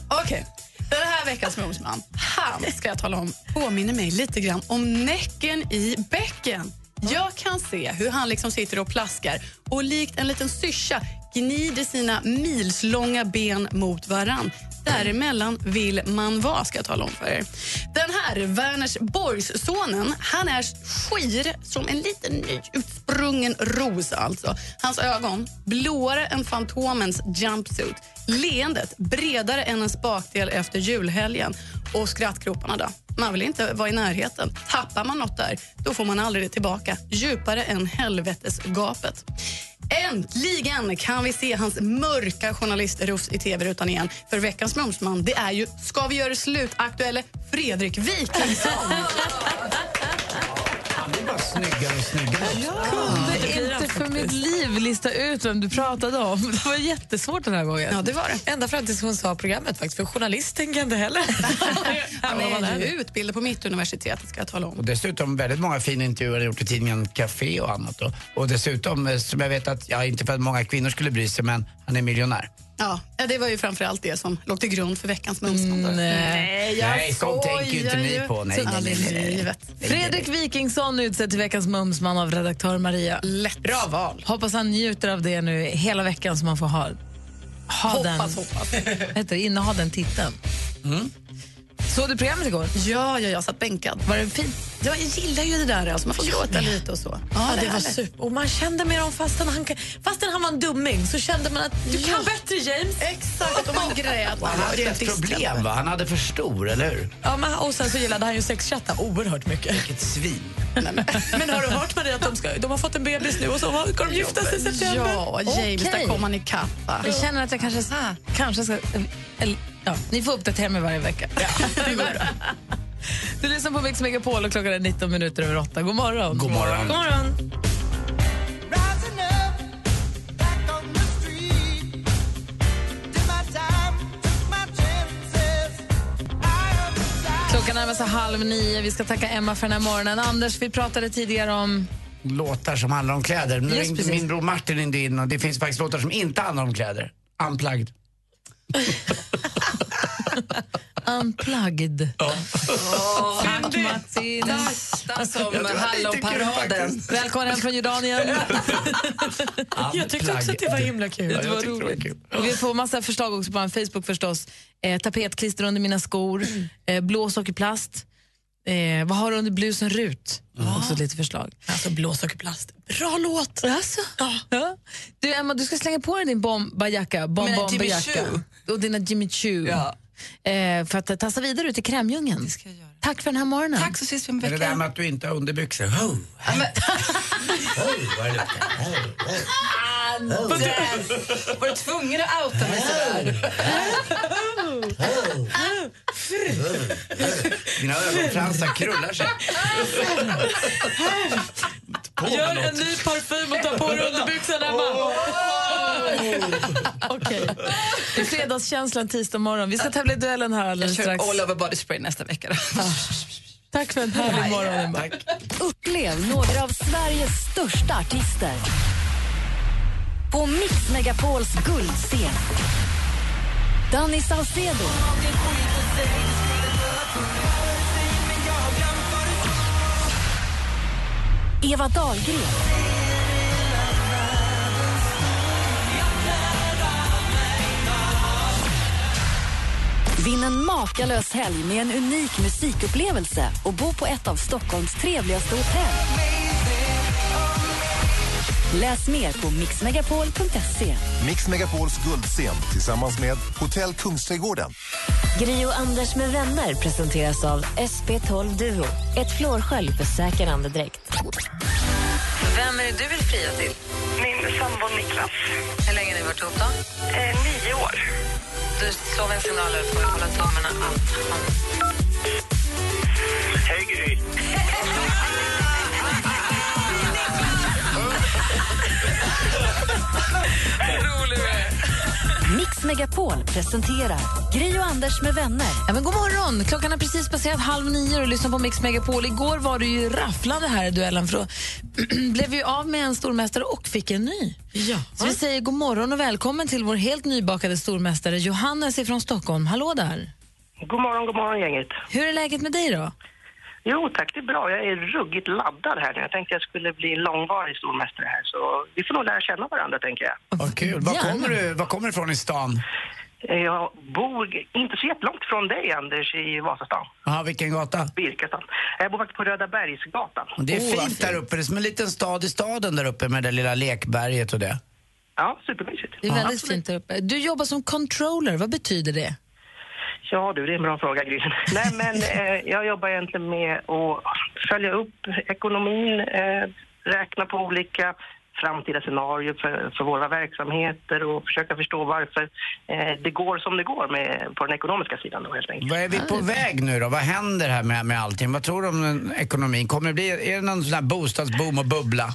Okej. Den här veckans mumsman, han ska jag tala om, påminner mig lite grann om näcken i bäcken. Jag kan se hur han liksom sitter och plaskar och likt en liten syrsa gnider sina milslånga ben mot varann. Däremellan vill man vara, ska jag tala om för er. Den här Vänersborgssonen, han är skir som en liten nyutsprungen ros. alltså. Hans ögon, blåare än Fantomens jumpsuit. Leendet, bredare än en spakdel efter julhelgen. och skrattgroparna då? Man vill inte vara i närheten. Tappar man något där, då får man aldrig det tillbaka. Djupare än helvetesgapet. Äntligen kan vi se hans mörka journalistrufs i tv-rutan igen. För veckans Mumsman, det är ju Ska vi göra slut? aktuelle Fredrik Wikingsson. Han blir bara snyggare och snyggare. Jag kunde inte för mitt liv lista ut vem du pratade om. Det var jättesvårt den här gången. Ja, det var det. Ända fram tills hon sa programmet faktiskt, för journalisten kan det heller. Han vad är är ju det? utbildad på Mittuniversitetet ska jag tala om. Och dessutom väldigt många fina intervjuer har gjort i tidningen Café och annat. Då. Och dessutom, eh, som jag vet att, ja inte för att många kvinnor skulle bry sig, men han är miljonär. Ja, det var ju framförallt det som låg till grund för veckans Mm, mumsband. Nej, jag Nej, sånt tänker ju inte skojar ni ju. på. Nej, Så nej, nej, aldrig i nej, nej. livet. Fredrik Wikingsson utsedd till veckans mumsman av redaktör Maria. Lätt. Bra val. Hoppas han njuter av det nu hela veckan som man får ha, ha den. Hoppas, hoppas. Vad Heter, det? inneha den titeln. Mm. Såg du programmet igår? Ja, ja, jag satt bänkad. Var det fint? Jag gillar ju det där, alltså, man får gråta lite och så. Ja, det var härligt. super. Och man kände med dem fastän han, kan- fastän han var en dumming så kände man att du kan bättre James. Exakt, och man grät. Och han hade ju ett problem, va? Han hade för stor, eller hur? Ja, men, och sen så gillade han ju sexchatta oerhört mycket. Vilket svin. men har du hört Maria att de, ska, de har fått en bebis nu och så ska de gifta sig i september? Ja, James, där Okej. kom han ikapp. va? Jag känner att jag kanske, kanske ska... Eller, ja, ni får uppdatera mig varje vecka. du lyssnar på Mix Megapol och klockan är 19 minuter över 8. God morgon. God morgon. God morgon. Klockan närmar sig halv nio. Vi ska tacka Emma för den här morgonen. Anders, vi pratade tidigare om... Låtar som handlar om kläder. Nu Just ringde precis. min bror Martin inte in och det finns faktiskt låtar som inte handlar om kläder. Unplugged. Unplugged. Tack Martin. Nästan som hallonparaden. Alltså, Välkommen hem från Jordanien. Jag tyckte också att det var himla kul. Det var roligt. Och vi får massa förslag också på vår Facebook förstås. Eh, tapetklister under mina skor, Mm. eh, blå sockerplast. Eh, vad har du under blusen Rut? Också lite förslag. Alltså blå sockerplast. Bra låt! Alltså. Ja. Du Emma, du ska slänga på dig din bombajacka. Bom, Mina Jimmy bombajacka. Och dina Jimmy Choo. Eh, för att tassa vidare ut i krämdjungeln. Tack för den här morgonen. Tack så ses vi om Är det där veckan. med att du inte har underbyxor? Oh. Oj, vad är det? Anders! Var du tvungen att outa mig sådär? Dina ögonfransar krullar sig. Gör en ny parfym och ta på dig underbyxan, Emma. Okej. Det är fredagskänslan tisdag morgon. Vi ska tävla i duellen här Jag alldeles kör strax. all over body spray nästa vecka. då. Tack för en härlig morgon Emma. Upplev några av Sveriges största artister. På Mix Megapols guldscen. Danny Saucedo. Eva Dahlgren. Vinn en makalös helg med en unik musikupplevelse och bo på ett av Stockholms trevligaste hotell. Läs mer på mixmegapol.se. Mix Megapols guldscen tillsammans med Hotell Kungsträdgården. Gri och Anders med vänner presenteras av SP12 Duo. Ett flårskölj för säker andedräkt. Vem är det du vill fria till? Min sambo Niklas. Hur länge har ni varit ihop? då? nio år. Du slår en signal och får hålla tummarna att han... Hej Gry! Mix Megapol presenterar Gri och Anders med vänner. Ja, men god morgon! Klockan har precis passerat halv nio och lyssnar på Mix Megapol. Igår var det ju rafflande här i duellen för då blev vi av med en stormästare och fick en ny. Ja. Så vi säger god morgon och välkommen till vår helt nybakade stormästare Johannes ifrån Stockholm. Hallå där! God morgon, god morgon gänget. Hur är läget med dig då? Jo tack, det är bra. Jag är ruggigt laddad här nu. Jag tänkte jag skulle bli långvarig stormästare här. Så vi får nog lära känna varandra tänker jag. Vad kul. Var Gärna. kommer, du, var kommer du ifrån i stan? Eh, Jag bor inte så jättelångt från dig Anders i Vasastan, Aha, vilken gata? Birkastan. Jag bor faktiskt på Röda Bergsgatan. Det Oh, är fint där uppe. Det är som en liten stad i staden där uppe med det lilla lekberget och det. Ja, supermysigt. Det är väldigt fint där uppe. Du jobbar som controller, vad betyder det? Ja du, det är en bra fråga Gry. Nej men eh, jag jobbar egentligen med att följa upp ekonomin, eh, räkna på olika framtida scenarier för, för våra verksamheter och försöka förstå varför eh, det går som det går med, på den ekonomiska sidan då helt enkelt. Mm. Vad är vi på väg nu då? Vad händer här med, med allting? Vad tror du om den ekonomin? Kommer det bli, är det någon sån här bostadsboom och bubbla?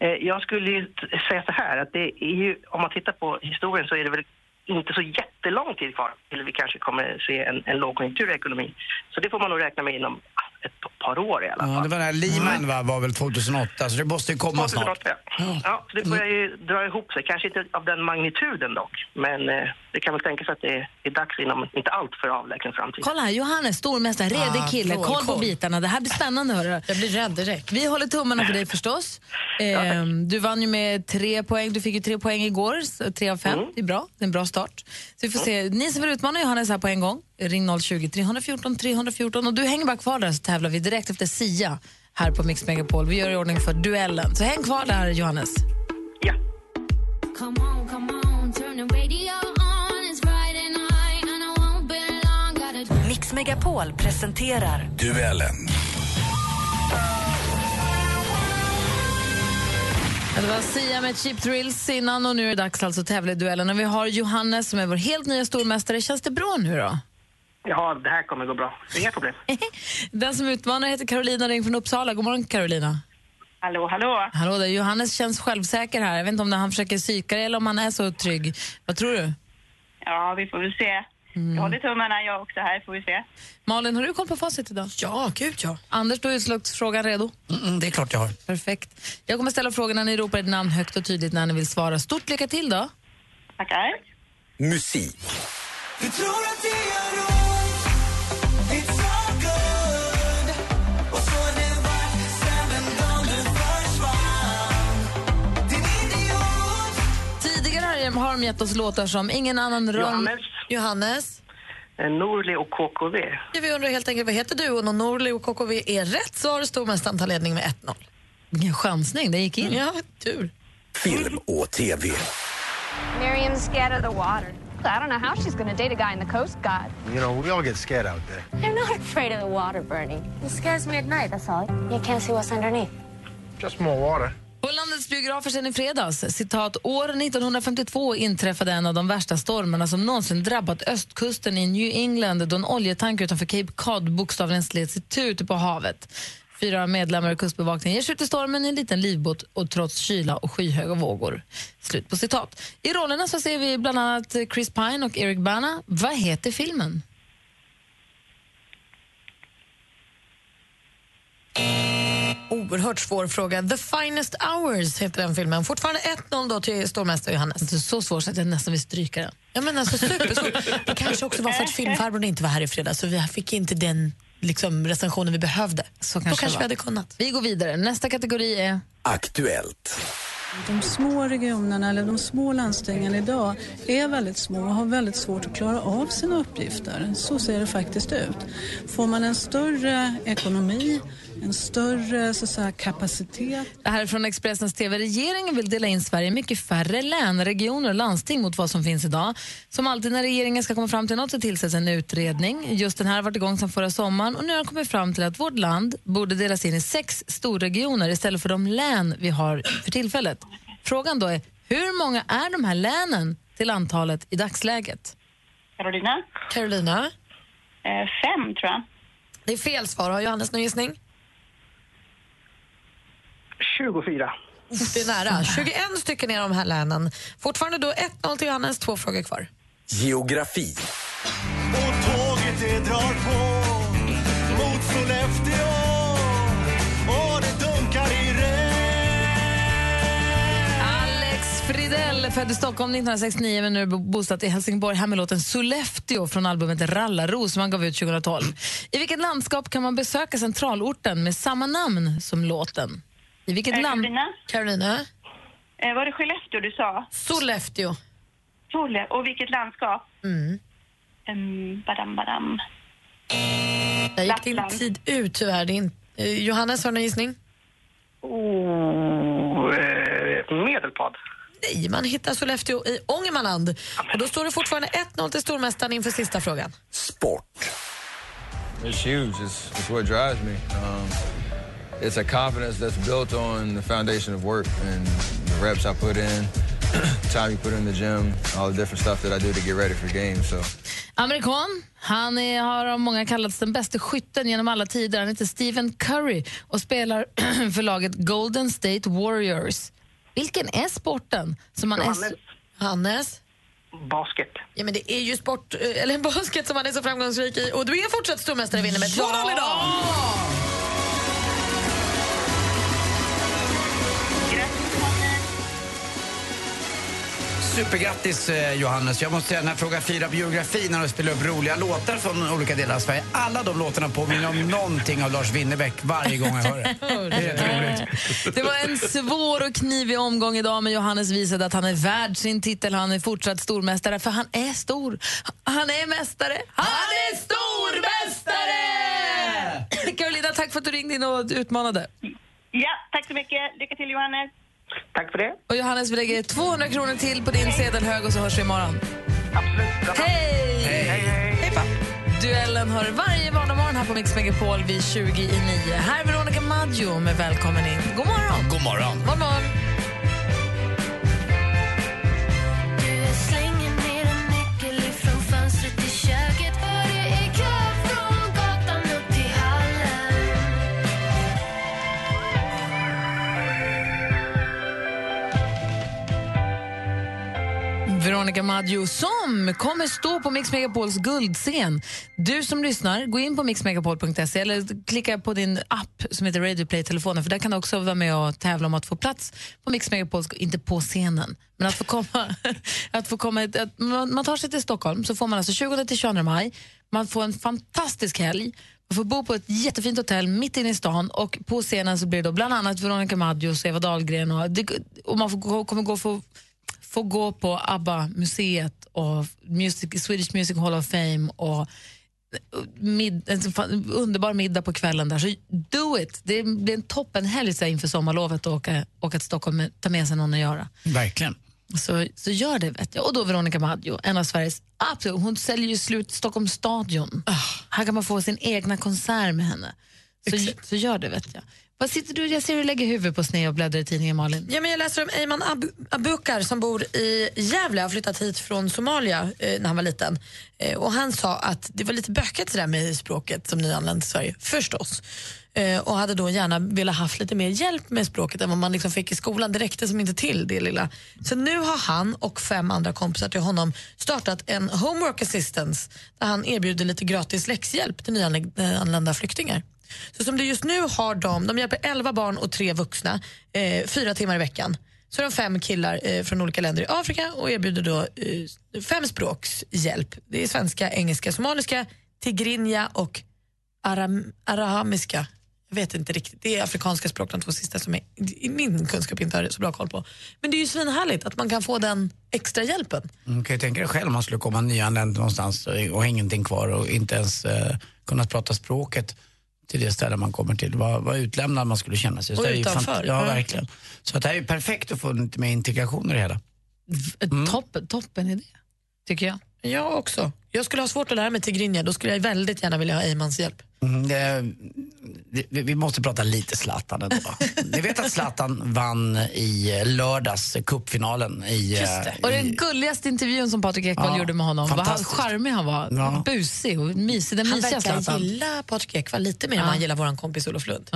Eh, Jag skulle ju t- säga så här att det är ju, om man tittar på historien så är det väl inte så jättelång tid kvar till vi kanske kommer se en, en lågkonjunktur i ekonomin. Så det får man nog räkna med inom ett par år i alla fall. Ja, det var den här Lehman va, var väl 2008, så det måste ju komma snart. 2008, ja. ja, så det börjar ju dra ihop sig. Kanske inte av den magnituden dock, men eh, det kan väl tänkas att det är, är dags inom en inte allt för avlägsen framtid. Kolla här, Johannes, stormästare, redig Ah, kille, koll, koll på koll. bitarna. Det här blir spännande. Hörru. Jag blir rädd direkt. Vi håller tummarna för dig förstås. Ehm, du vann ju med tre poäng. Du fick ju tre poäng igår, så tre av fem. Det är bra. Det är en bra start. Så vi får se. Ni som vill utmana Johannes här på en gång, ring 020-314 314. Och du hänger bara kvar där så tävlar vi direkt efter Sia här på Mix Megapol. Vi gör i ordning för duellen. Så häng kvar där, Johannes. Come on, come on, turn the radio on. It's Friday night and I won't be long. Gotta Mix Megapol presenterar Duellen. Ja, Det var Sia med Cheap Thrills innan och nu är det dags alltså att tävla i duellen. Och vi har Johannes som är vår helt nya stormästare. Känns det bra nu då? Ja, det här kommer gå bra. Inga problem. Den som utmanar heter Carolina Ring från Uppsala. God morgon Carolina. Hallå, hallå. Hallå där. Johannes känns självsäker här. Jag vet inte om det är han försöker psyka dig eller om han är så trygg. Vad tror du? Ja, vi får väl se. Jag håller tummarna jag också här, får vi se. Malin, har du koll på facit idag? Ja, gud ja. Anders, då är utslagsfrågan redo. Mm, det är klart jag har. Perfekt. Jag kommer ställa frågorna. Ni ropar ett namn högt och tydligt när ni vill svara. Stort lycka till då. Tackar. Musik. Du tror att det gör ont, it's all good Och så har det varit sedan dagen du försvann Din idiot Tidigare har de- har de gett oss låtar som Ingen annan rör... Johannes. Johannes. Eh, Norli och KKV. Ja, vi undrar helt enkelt, vad heter du? Och Norli och KKV är rätt svar. Stormästaren tar ledning med 1-0. Vilken chansning, den gick in. Ja, tur. Film och TV. Miriam's scared of the water. I don't know how she's going to date a guy in the Coast Guard. You know, we all get scared out there. I'm not afraid of the water, Bernie. It scares me at night, that's all. You can't see what's underneath. Just more water. På landets biografer sen i fredags, citat, år 1952 inträffade en av de värsta stormarna som någonsin drabbat östkusten i New England då en oljetanker utanför Cape Cod bokstavligen slet sig tur ute på havet. Fyra medlemmar i Kustbevakningen ger sig ut i stormen i en liten livbåt och trots kyla och skyhöga vågor. Slut på citat. I rollerna så ser vi bland annat Chris Pine och Eric Bana. Vad heter filmen? Oerhört svår fråga. The Finest Hours heter den filmen. Fortfarande 1-0 då till stormästare Johannes. Det är så svårt så att jag nästan vill stryka den. Ja, men alltså supersvårt. Det kanske också var för att filmfarbrorn inte var här i fredags så vi fick inte den liksom, recensionen vi behövde. Så då kanske det vi var. hade kunnat. Vi går vidare. Nästa kategori är... Aktuellt. De små regionerna eller de små landstingen idag är väldigt små och har väldigt svårt att klara av sina uppgifter. Så ser det faktiskt ut. Får man en större ekonomi, en större så att säga, kapacitet Det här är från Expressens TV. Regeringen vill dela in Sverige i mycket färre län, regioner och landsting mot vad som finns idag. Som alltid när regeringen ska komma fram till något så tillsätts en utredning. Just den här har varit igång sedan förra sommaren och nu har den kommit fram till att vårt land borde delas in i sex storregioner istället för de län vi har för tillfället. Frågan då är, hur många är de här länen till antalet i dagsläget? Carolina? Carolina? Eh, fem, tror jag. Det är fel svar. Har Johannes någon gissning? 24. Det är nära. 21 stycken är de här länen. Fortfarande då 1-0 till Johannes, två frågor kvar. Geografi. Och tåget det drar på mot Sollefteå och det dunkar i Alex Fridell, född i Stockholm 1969 men nu är bosatt i Helsingborg. Här med låten Sollefteå från albumet Rallarros som han gav ut 2012. I vilket landskap kan man besöka centralorten med samma namn som låten? I vilket Eh, land? Carolina? Carolina? Eh, var det Skellefteå du sa? Sollefteå. Solle. Och vilket landskap? Mm. Um, badam, badam. Där gick din tid ut tyvärr. Din, eh, Oh. Johannes, har du någon gissning? Oh, eh, medelpad. Nej, man hittar Sollefteå i Ångermanland. Och då står det fortfarande 1-0 till stormästaren inför sista frågan. Sport. It's huge. It's, it's what drives me. Um, it's a confidence that's built on the foundation of work and the reps I put in, time you put in the gym, all the different stuff that I do to get ready for games. So Amerikan. Han är, har av många kallats den bästa skytten genom alla tider. Han heter Stephen Curry och spelar för laget Golden State Warriors. Vilken är sporten som han är... Johannes. Hannes? Basket. Ja, men det är ju sport, eh, eller basket som han är så framgångsrik i. Och du är fortsatt stormästare och vinner med 2-0 idag. Supergrattis eh, Johannes. Jag måste säga den här fråga fyra biografin när du spelar upp roliga låtar från olika delar av Sverige. Alla de låtarna påminner om någonting av Lars Winnerbäck varje gång jag hör det. Det var en svår och knivig omgång idag men Johannes visade att han är värd sin titel. Han är fortsatt stormästare för han är stor. Han är mästare. Han är stormästare! Carolina, tack för att du ringde in och utmanade. Ja, tack så mycket. Lycka till Johannes. Tack för det. Och Johannes, vi lägger 200 kronor till på din sedelhög och så hörs vi imorgon. Absolut. Hej! Hej, hej. Duellen hör varje vardagsmorgon här på Mix Megapol vid 20 i 9. Här är Veronica Maggio med Välkommen in. God morgon! God morgon! God morgon. Veronica Maggio som kommer stå på Mix Megapols guldscen. Du som lyssnar, gå in på mixmegapol.se eller klicka på din app som heter Radio Play i telefonen för där kan du också vara med och tävla om att få plats på Mix Megapols, inte på scenen, men att få komma, att få komma hit- att man, man tar sig till Stockholm så får man alltså 20 till 22 maj, man får en fantastisk helg, man får bo på ett jättefint hotell mitt inne i stan och på scenen så blir det då bland annat Veronica Maggio, Eva Dahlgren och, det- och man får, gå- kommer gå för få gå på ABBA-museet och music, Swedish Music Hall of Fame och mid, en så fan- underbar middag på kvällen där. Så do it! Det blir en toppen helg inför sommarlovet och åka, åka till Stockholm och ta med sig någon att göra. Verkligen. Så, så gör det, vet jag. Och då Veronica Maggio, en av Sveriges absolut... Hon säljer ju slut Stockholms stadion. Här kan man få sin egna konsert med henne. Så, så gör det, vet jag. Vad sitter du, jag ser du lägger huvudet på sned och bläddrar i tidningen, Malin. Ja, men jag läser om Eiman Ab- Abukar som bor i Gävle har flyttat hit från Somalia eh, när han var liten. Eh, och Han sa att det var lite bökigt det där med språket som nyanländ till Sverige, förstås. Eh, och hade då gärna velat haft lite mer hjälp med språket än vad man liksom fick i skolan. Det räckte som inte till det lilla. Så nu har han och fem andra kompisar till honom startat en homework assistance där han erbjuder lite gratis läxhjälp till nyanlända flyktingar. Så som det just nu har de, de hjälper 11 barn och tre vuxna eh, fyra timmar i veckan. Så är de fem killar eh, från olika länder i Afrika och erbjuder då eh, fem språks hjälp. Det är svenska, engelska, somaliska, tigrinja och aram, aramiska. Jag vet inte riktigt, det är afrikanska språk de två sista som är, i min kunskap inte har så bra koll på. Men det är ju svinhärligt att man kan få den extra hjälpen. Mm, kan ju tänka dig själv om man skulle komma nyanländ någonstans och och ha ingenting kvar och inte ens eh, kunnat prata språket till det ställe man kommer till. Vad, vad utlämnad man skulle känna sig. Och det är ju utanför. fant- Ja, Mm. verkligen. Så att det här är ju perfekt att få lite mer integration i det hela. Toppen, toppen idé, tycker jag. Jag också. Jag skulle ha svårt att lära mig tigrinja, då skulle jag väldigt gärna vilja ha Eimans hjälp. Mm, det, det, vi vi måste prata lite Zlatan ändå. Ni vet att Zlatan vann i eh, lördags eh, cupfinalen i... eh, Och Mm. den gulligaste intervjun som Patrik Ekwall Ja, gjorde med honom. Vad han- fantastisk. charmig han var. Ja. Busig och mysig. Den alltså. Han mysiga verkar Zlatan. gilla Patrik Ekwall lite mer än Ja. han gillar vår kompis Olof Lund.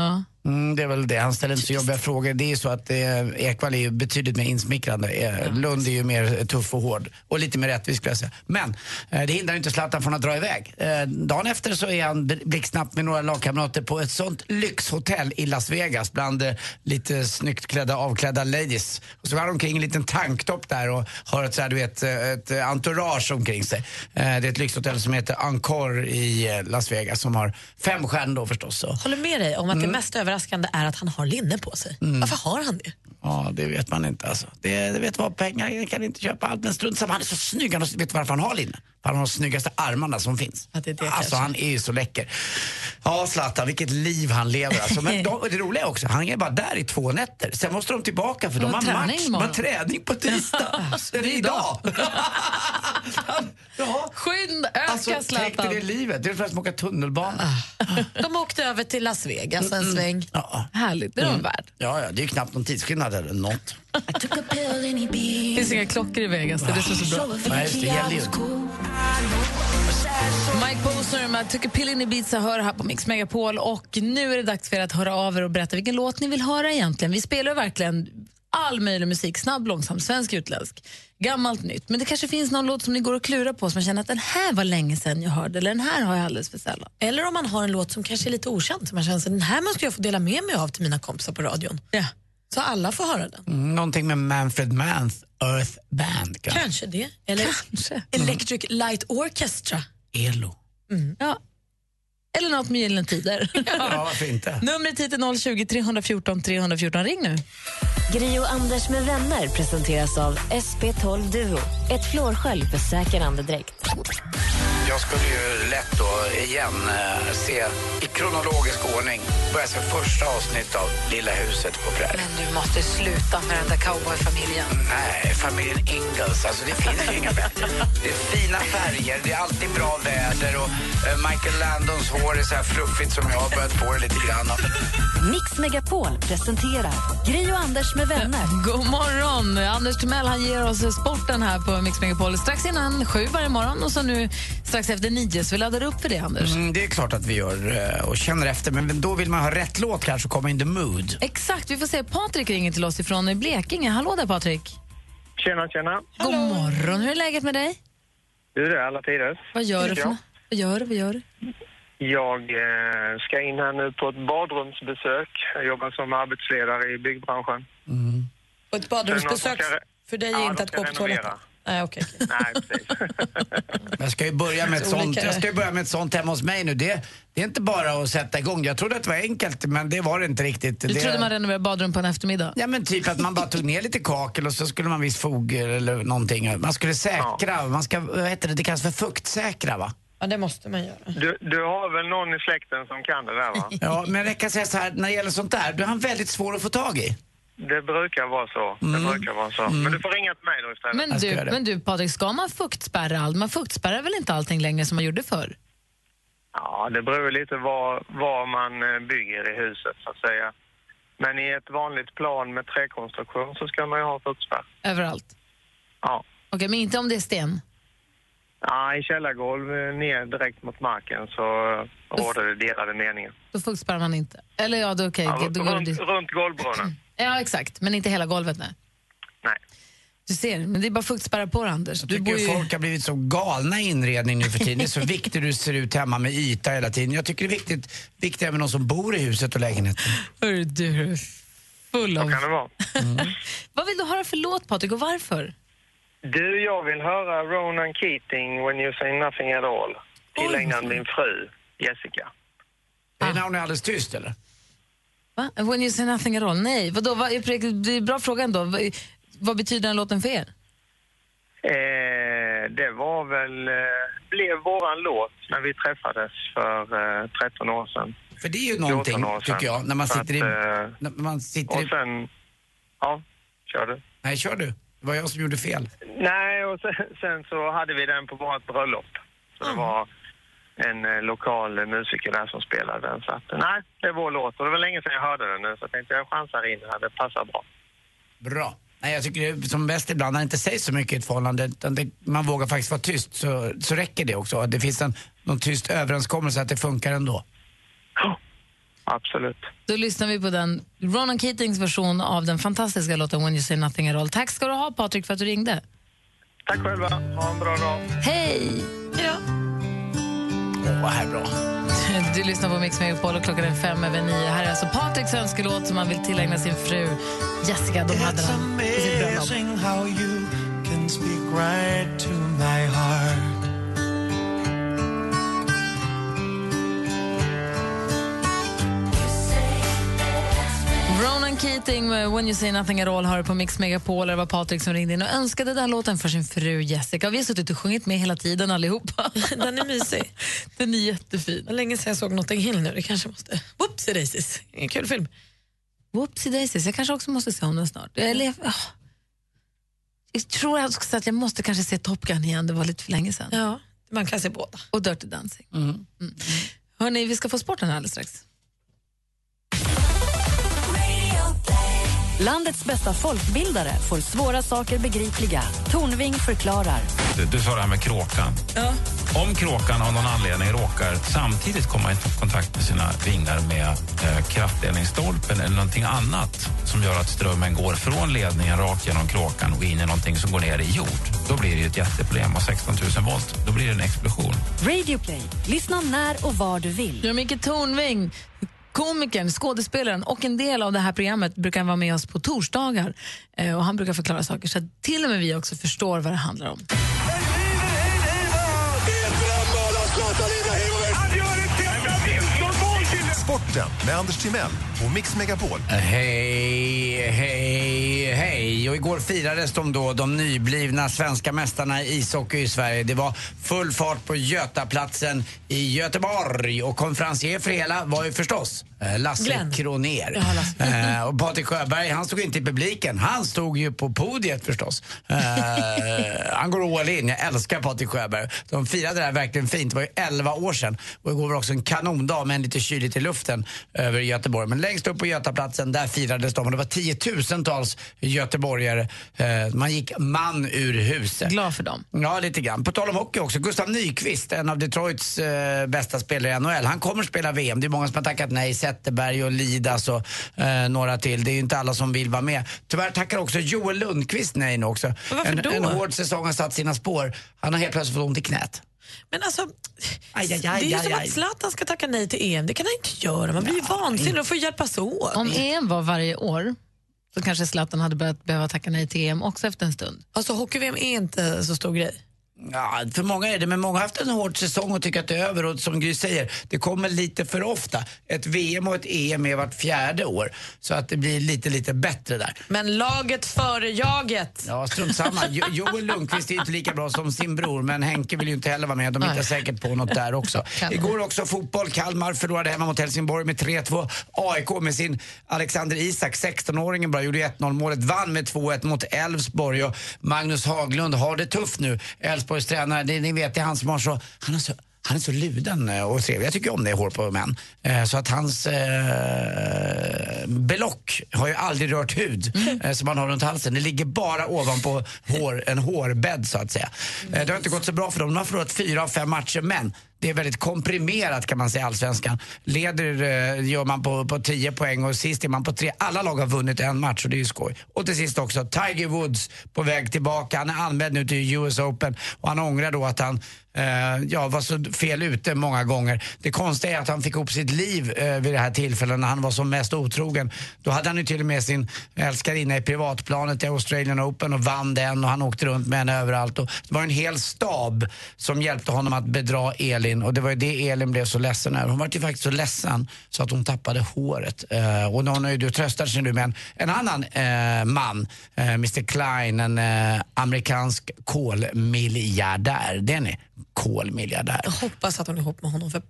Mm, det är väl det. Han ställer inte så jobbiga frågor. Det är ju så att eh, Ekwall är ju betydligt mer insmickrande. Eh, Lund är ju mer eh, tuff och hård. Och lite mer rättvis skulle jag säga. Men eh, det hindrar ju inte Zlatan från att dra iväg. Eh, dagen efter så är han bl- blixtsnabbt med några lagkamrater på ett sånt lyxhotell i Las Vegas bland eh, lite snyggt klädda, avklädda ladies. Och så har han omkring en liten tanktopp där och har ett, så här, du vet, eh, ett eh, entourage omkring sig. Eh, det är ett lyxhotell som heter Encore i eh, Las Vegas som har fem stjärnor då förstås. Så. Håller med dig om att det Mm. mest överraskande överraskande är att han har linne på sig. Varför har han det? Ja, det vet man inte alltså. Det, det vet vad, pengar kan inte köpa allt, men strunt samma. Han är så snygg. Han har, vet du varför han har linne? För han har de snyggaste armarna som finns. Att det är det alltså, kanske. han är ju så läcker. Ja, Zlatan, vilket liv han lever alltså. Men de, det roliga är också, han är bara där i två nätter. Sen måste de tillbaka för Och de har träning match. imorgon. Man träning på tisdag. det är idag. ja. Skynda, öka Alltså, tänk dig det livet. Det är ungefär som att åka tunnelbana. De åkte över till Las Vegas en sväng. Härligt, det är de värd. Mm. Ja, ja, det är ju knappt någon tidsskillnad eller något. Det finns inga klockor i Vegas, det är det som är så bra. Nej, just det gäller ju inte. Mike Posner med Took a pill in Ibiza hör här på Mix Megapol och nu är det dags för er att höra av er och berätta vilken låt ni vill höra egentligen. Vi spelar verkligen all möjlig musik, snabb, långsam, svensk, utländsk, gammalt, nytt. Men det kanske finns någon låt som ni går och klurar på som man känner att den här var länge sedan jag hörde eller den här har jag alldeles för sällan. Eller om man har en låt som kanske är lite okänd, som man känner sig, den här måste jag få dela med mig av till mina kompisar på radion. Så alla får höra den. Mm, Någonting med Manfred Manns Earth Band. kanske. Kanske det. Eller Electric Light Orchestra. Elo. Ja. Eller något med Gyllene Tider. Ja, varför inte? Numret hit är 020 314 314. Ring nu. Gri och Anders med vänner presenteras av SP12 Duo. Ett flårskölj för säker andedräkt. Jag skulle ju lätt då igen eh, se i kronologisk ordning börja se första avsnitt av Lilla huset på prärien. Du måste sluta med den där cowboyfamiljen. Nej, familjen Ingalls. Alltså det finns ju inga bättre. Det är fina färger, det är alltid bra väder och eh, Michael Landons hår är så här fluffigt som jag har börjat få det lite grann. Mix Megapol presenterar Gri och Anders med vänner. Eh, God morgon! Anders Timell han ger oss eh, sporten här på Mix Megapol strax innan sju varje morgon och så nu strax efter nio. Så vi laddar upp för det, Anders. Mm, det är klart att vi gör eh, och känner efter, men då vill man ha rätt låt kanske och komma in the mood. Exakt, vi får se. Patrik ringer till oss ifrån Blekinge. Hallå där, Patrik. Tjena, tjena. God morgon. Hur är läget med dig? Du det, alla tiders. Vad gör du? För Ja. nå- vad gör du? Vad gör du? Jag eh, ska in här nu på ett badrumsbesök. Jag jobbar som arbetsledare i byggbranschen. Och ett badrumsbesök Men de ska re- för dig är Ja, inte de att ska gå på renovera. toaletten? Nej, okej. Nej, precis. Jag ska ju börja med ett Olika- sånt, jag ska ju börja med ett sånt hemma hos mig nu. Det, det är inte bara att sätta igång. Jag trodde att det var enkelt, men det var det inte riktigt. Du det, trodde man renoverade badrum på en eftermiddag? Ja, men typ att man bara tog ner lite kakel och så skulle man visst foger eller någonting. Man skulle säkra, man ska, vad heter det, det kallas för fuktsäkra va? Ja, det måste man göra. Du, du har väl någon i släkten som kan det där, va? Ja, men jag kan säga så här, när det gäller sånt där, då är han väldigt svår att få tag i. Det brukar vara så. Det Mm. brukar vara så. Men du får ringa till mig då istället. Men du, men du, Patrik, ska man fuktspärra allt? Man fuktspärrar väl inte allting längre som man gjorde förr? Ja, det beror ju lite var, var man eh, bygger i huset, så att säga. Men i ett vanligt plan med träkonstruktion så ska man ju ha fuktspärr. Överallt? Ja. Okej, men inte om det är sten? Ja, i källargolv eh, ner direkt mot marken så eh, råder det delade meningar. Då fuktspärrar man inte. Eller ja, då, Eh, okay, Ja, då går runt, det... runt golvbrunnen. Ja, exakt. Men inte hela golvet, nej. Nej. Du ser, men det är bara fuktspärrar på det, Anders. Du tycker bor ju... folk har blivit så galna i inredning nu för tiden. Det är så viktigt hur du ser ut hemma med yta hela tiden. Jag tycker det är viktigt, viktigt även de som bor i huset och lägenheten. Hörru du, full av... kan det vara. Vad vill du höra för låt, Patrik, och varför? Du, jag vill höra Ronan Keating, When You Say Nothing At All, tillägnad min fru Jessica. Är Ah. det när hon är alldeles tyst eller? Va? When you say nothing at all? Nej, vadå? Va? jag- Det är en bra fråga ändå. Vad, vad betyder den låten för er? Eh, det var väl, eh, blev våran låt när vi träffades för eh, 13 år sedan. För det är ju någonting, 14 år sedan. tycker jag, när man Så sitter i... att, eh, När man sitter och i sen, ja, kör du. Nej, kör du. Det var jag som gjorde fel. Nej, och sen, sen så hade vi den på vårt bröllop. Så det var en eh, lokal eh, musiker där som spelade den. Så att, nej, det är vår låt. Och det var länge sedan jag hörde den nu, så jag tänkte jag chansar in här. Det passar bra. Bra. Nej, jag tycker det är som bäst ibland när det inte sägs så mycket i ett förhållande. Utan det, man vågar faktiskt vara tyst så, så räcker det också. Att Det finns en någon tyst överenskommelse att det funkar ändå. Absolut. Då lyssnar vi på den Ronan Keatings version av den fantastiska låten When you say nothing at all. Tack ska du ha, Patrik, för att du ringde. Tack själva. Ha en bra dag. Hej! Hejdå! Åh, vad här bra. Du lyssnar på Mix Megapol och klockan är fem över nio. Här är alltså Patriks önskelåt som han vill tillägna sin fru Jessica. De hade It's den på sitt bröllop. amazing how you can speak right to my heart. You say that Keating med When You Say Nothing At All har på Mix Megapol. Det var Patrik som ringde in och önskade den här låten för sin fru Jessica. Vi har suttit och sjungit med hela tiden allihopa. Den är mysig. Den är jättefin. Det var länge sedan jag såg Notting Hill nu. Det kanske måste... Whoopsie daisies. En kul film. Whoopsie daisies. Jag kanske också måste se om den snart. Eh, Eller, ah. Jag tror jag ska säga att jag måste kanske se Top Gun igen. Det var lite för länge sedan. Ja, man kan se båda. Och Dirty Dancing. Mm. Hörni, vi ska få sporten här alldeles strax. Landets bästa folkbildare får svåra saker begripliga. Tornving förklarar. Du, du sa det här med kråkan. Om kråkan av någon anledning råkar samtidigt komma i kontakt med sina vingar med eh, kraftledningsstolpen eller någonting annat som gör att strömmen går från ledningen rakt genom kråkan och in i någonting som går ner i jord, då blir det ju ett jätteproblem. Och 16 000 volt, då blir det en explosion. Radioplay. Lyssna när och var du vill. Ja, Micke Tornving, komikern, skådespelaren och en del av det här programmet brukar vara med oss på torsdagar. Eh, och Han brukar förklara saker så att till och med vi också förstår vad det handlar om. Sporten med Anders Timell och Mix Megapol. Hej, hej, hej. Och igår firades de då, de nyblivna svenska mästarna i ishockey i Sverige. Det var full fart på Götaplatsen i Göteborg. Och konferencier för hela var ju förstås eh, Lasse Glenn. Kronér. Ja, Lasse. Eh, och Patrik Sjöberg, han stod inte i publiken. Han stod ju på podiet förstås. Eh, han går all in. Jag älskar Patrik Sjöberg. De firade det här verkligen fint. Det var ju 11 år sedan. Och igår var det också en kanondag men lite kyligt i luften över Göteborg. Men längst upp på Götaplatsen, där firades de. Och det var tiotusentals göteborgare. Eh, man gick man ur huset. Glad för dem. Ja, lite grann. På tal om hockey också. Gustav Nyqvist, en av Detroits eh, bästa spelare i NHL. Han kommer spela VM. Det är många som har tackat nej. Zetterberg och Lidas och eh, några till. Det är ju inte alla som vill vara med. Tyvärr tackar också Joel Lundqvist nej nu också. varför En, då? en hård säsong har satt sina spår. Han har helt plötsligt fått ont i knät. Men alltså, aj, aj, det är ju aj, som aj. att Zlatan ska tacka nej till EM. Det kan han inte göra. Man blir ju vansinnig. De får hjälpas åt. Om EM var varje år så kanske Zlatan hade börjat behöva tacka nej till EM också efter en stund. Alltså hockey-VM är inte så stor grej. Ja, för många är det, men många har haft en hård säsong och tycker att det är över. Och som Gry säger, det kommer lite för ofta. Ett VM och ett EM är vart fjärde år. Så att det blir lite, lite bättre där. Men laget före jaget. Ja, strunt samma. Jo- Joel Lundqvist är ju inte lika bra som sin bror, men Henke vill ju inte heller vara med. De hittar säkert på något där också. Igår också fotboll. Kalmar förlorade hemma mot Helsingborg med 3-2. AIK med sin Alexander Isak, 16-åringen bara, gjorde 1-0 målet. Vann med 2-1 mot Elfsborg och Magnus Haglund har det tufft nu. Elfsborgs tränare, det, ni vet, det är han som har så... Han har så han är så luden eh, och trevlig. Jag tycker om det, hår på män. Eh, Så att hans eh, belock har ju aldrig rört hud eh, som han har runt halsen. Det ligger bara ovanpå hår, en hårbädd så att säga. Eh, Det har inte gått så bra för dem. De har förlorat fyra av fem matcher, men det är väldigt komprimerat kan man säga, allsvenskan. Leder eh, gör man på, på 10 poäng och sist är man på tre. Alla lag har vunnit en match och det är ju skoj. Och till sist också, Tiger Woods på väg tillbaka. Han är anmäld nu till US Open och han ångrar då att han eh, ja, var så fel ute många gånger. Det konstiga är att han fick ihop sitt liv eh, vid det här tillfället när han var som mest otrogen. Då hade han ju till och med sin älskarinna i privatplanet i Australian Open och vann den och han åkte runt med henne överallt. Och det var en hel stab som hjälpte honom att bedra Elin och det var ju det Elin blev så ledsen över. Hon var ju faktiskt så ledsen så att hon tappade håret. Eh, och någon är ju tröstar sig nu med en, en annan eh, man, eh, Mr Klein, en eh, amerikansk kolmiljardär. Det är ni, kolmiljardär. Jag hoppas att hon är ihop med honom för,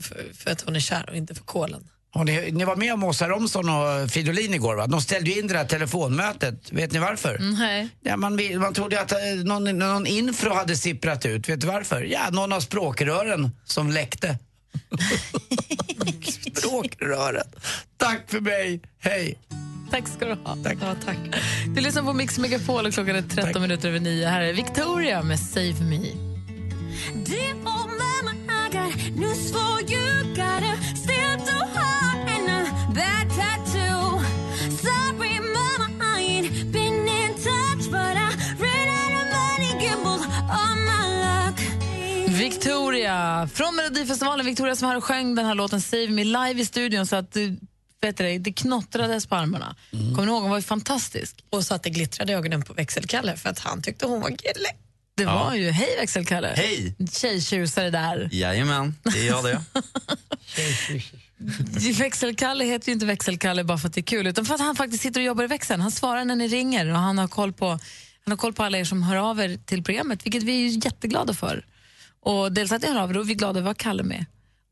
för, för att hon är kär och inte för kolen. Har ni, ni var med om Åsa Romson och Fridolin igår va? De ställde ju in det där telefonmötet. Vet ni varför? Mm. Nej. Ja, man, vill- man trodde att eh, någon, någon info hade sipprat ut. Vet du varför? Ja, någon av språkrören som läckte. språkrören. Tack för mig. Hej. Tack ska du ha. Tack. Ja, tack. Du lyssnar på Mix Megapol och klockan är 13 minuter över 9. Här är Victoria med Save Me. Dear old mama, I got news for you. Got a step too hard and a bad tattoo. Sorry, mama, I ain't been in touch, but I ran out of money, gambled all my luck. Victoria från Melodifestivalen. Victoria som här och sjöng den här låten Save Me live i studion så att du, vet du, det, det knottrades på armarna. Kommer ni ihåg? Hon var ju fantastisk. Och så att det glittrade i ögonen på växelkalle för att han tyckte hon var kille. Det Ja. var ju. Hej växelkalle. Hej. Tjejtjusare där. Jajamän, det är jag det. Växelkalle heter ju inte Växelkalle bara för att det är kul utan för att han faktiskt sitter och jobbar i växeln. Han svarar när ni ringer och han har koll på, han har koll på alla er som hör av er till programmet, vilket vi är ju jätteglada för. Och dels att ni hör av er, då är vi glada över att ha Kalle med.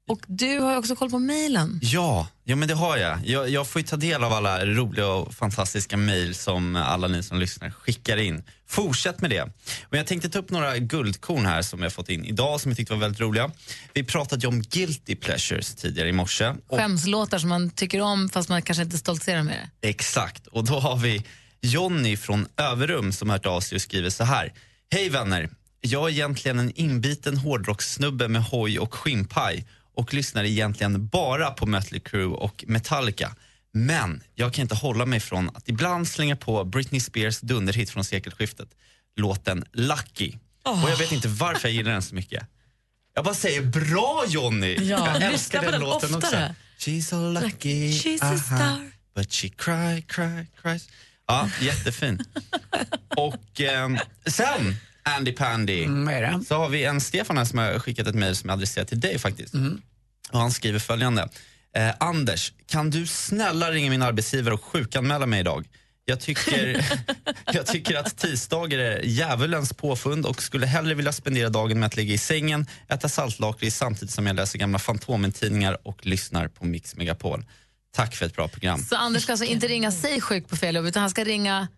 Och du har ju också koll på mejlen. Ja, ja men det har jag. jag. Jag får ju ta del av alla roliga och fantastiska mejl som alla ni som lyssnar skickar in. Fortsätt med det. Men jag tänkte ta upp några guldkorn här som jag fått in idag som jag tyckte var väldigt roliga. Vi pratade ju om guilty pleasures tidigare i morse. Och- Skämslåtar som man tycker om fast man kanske inte stoltserar med det. Exakt. Och då har vi Jonny från Överum som har hört av sig och skriver så här. Hej vänner. Jag är egentligen en inbiten hårdrockssnubbe med hoj och skinnpaj och lyssnar egentligen bara på Mötley Crüe och Metallica. Men jag kan inte hålla mig från att ibland slänga på Britney Spears dunderhit från sekelskiftet, låten Lucky. Och jag vet inte varför jag gillar den så mycket. Jag bara säger bra Jonny! Ja, jag lyssna älskar på den, den låten oftare. också. She's so lucky, She's a star. But she cry, cry, cries. Ja, jättefin. Och ehm, sen, Andy Pandy, Mm, så har vi en Stefan här som har skickat ett mejl som jag adresserar till dig faktiskt. Mm. Och han skriver följande. Eh, Anders, kan du snälla ringa min arbetsgivare och sjukanmäla mig idag? Jag tycker, jag tycker att tisdagar är djävulens påfund och skulle hellre vilja spendera dagen med att ligga i sängen, äta saltlakrits samtidigt som jag läser gamla Fantomen-tidningar och lyssnar på Mix Megapol. Tack för ett bra program. Så Anders ska alltså inte ringa sig sjuk på fel jobb utan han ska ringa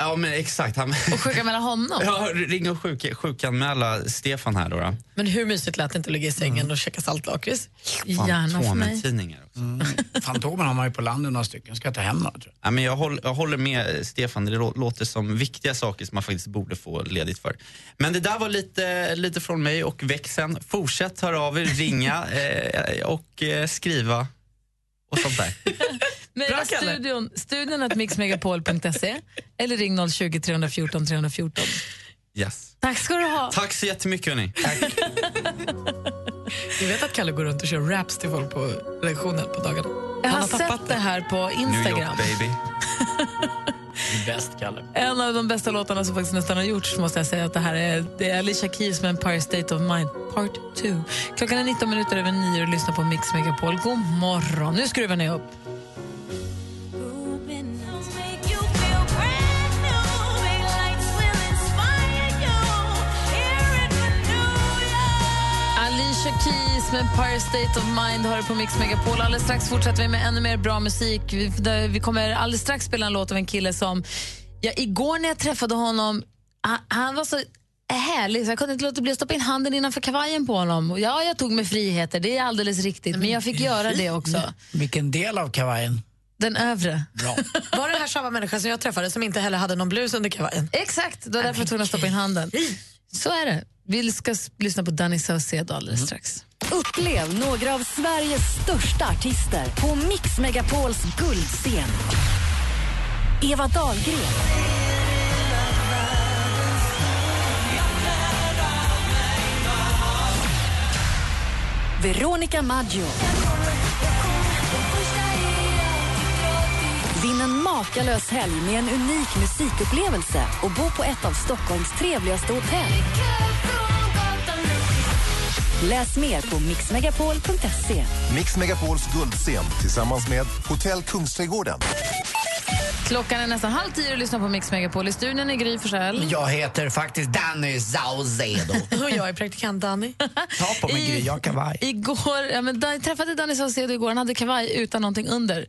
Ja, men exakt. Han... och sjuka mellan honom. Ja, ring och sjuk, sjukanmäla Stefan här då. då. Men hur mysigt lät det inte att ligga i sängen och käka saltlakrits? Fantomen-tidningar. också. Fantomen har man ju på landet några stycken, ska jag ta hem några tror jag. Ja, men jag, håller, jag håller med eh, Stefan, det lå- låter som viktiga saker som man faktiskt borde få ledigt för. Men det där var lite, lite från mig och växeln. Fortsätt höra av er, ringa eh, och eh, skriva och sånt där. Mejla studion, studion at mixmegapol.se eller ring 020 314 314. Yes. Tack ska du ha. Tack så jättemycket hörni. Du vet att Kalle går runt och kör raps till folk på redaktionen på dagarna? Jag Han har har tappat sett det här på New York Instagram. baby. Bäst Kalle. En av de bästa låtarna som faktiskt nästan har gjorts måste jag säga att det här är, det är Alicia Keys med Empire State of Mind Part 2. Klockan är 19 minuter över 9 och lyssnar på Mix Megapol. God morgon. Nu skruvar ni upp. Alicia Keys med Empire State of Mind har du på Mix Megapol. Alldeles strax fortsätter vi med ännu mer bra musik. Vi, där- vi kommer alldeles strax spela en låt av en kille som... Ja, igår när jag träffade honom, han, han var så härlig så jag kunde inte låta bli att stoppa in handen innanför kavajen på honom. Och Ja, jag tog mig friheter, det är alldeles riktigt. Men jag fick göra det också. Vilken del av kavajen? Den övre. Bra. Var det här samma människa som jag träffade som inte heller hade någon blus under kavajen? Exakt, det var därför jag var tvungen att stoppa in handen. Så är det. Vi ska s- lyssna på Danny Saucedo alldeles strax. Upplev några av Sveriges största artister på Mix Megapols guldscen. Eva Dahlgren. Veronica Maggio. Vinn en makalös helg med en unik musikupplevelse och bo på ett av Stockholms trevligaste hotell. Läs mer på mixmegapol.se. Mix Megapols guldscen tillsammans med Hotell Kungsträdgården. Klockan är nästan halv tio och lyssnar på Mix Megapol. I studion är Gry Forssell. Jag heter faktiskt Danny Saucedo. Och jag är praktikant Danny. Ta på mig Gry, jag har kavaj. Igår, ja, men, Dan- jag träffade Danny Saucedo igår, han hade kavaj utan någonting under.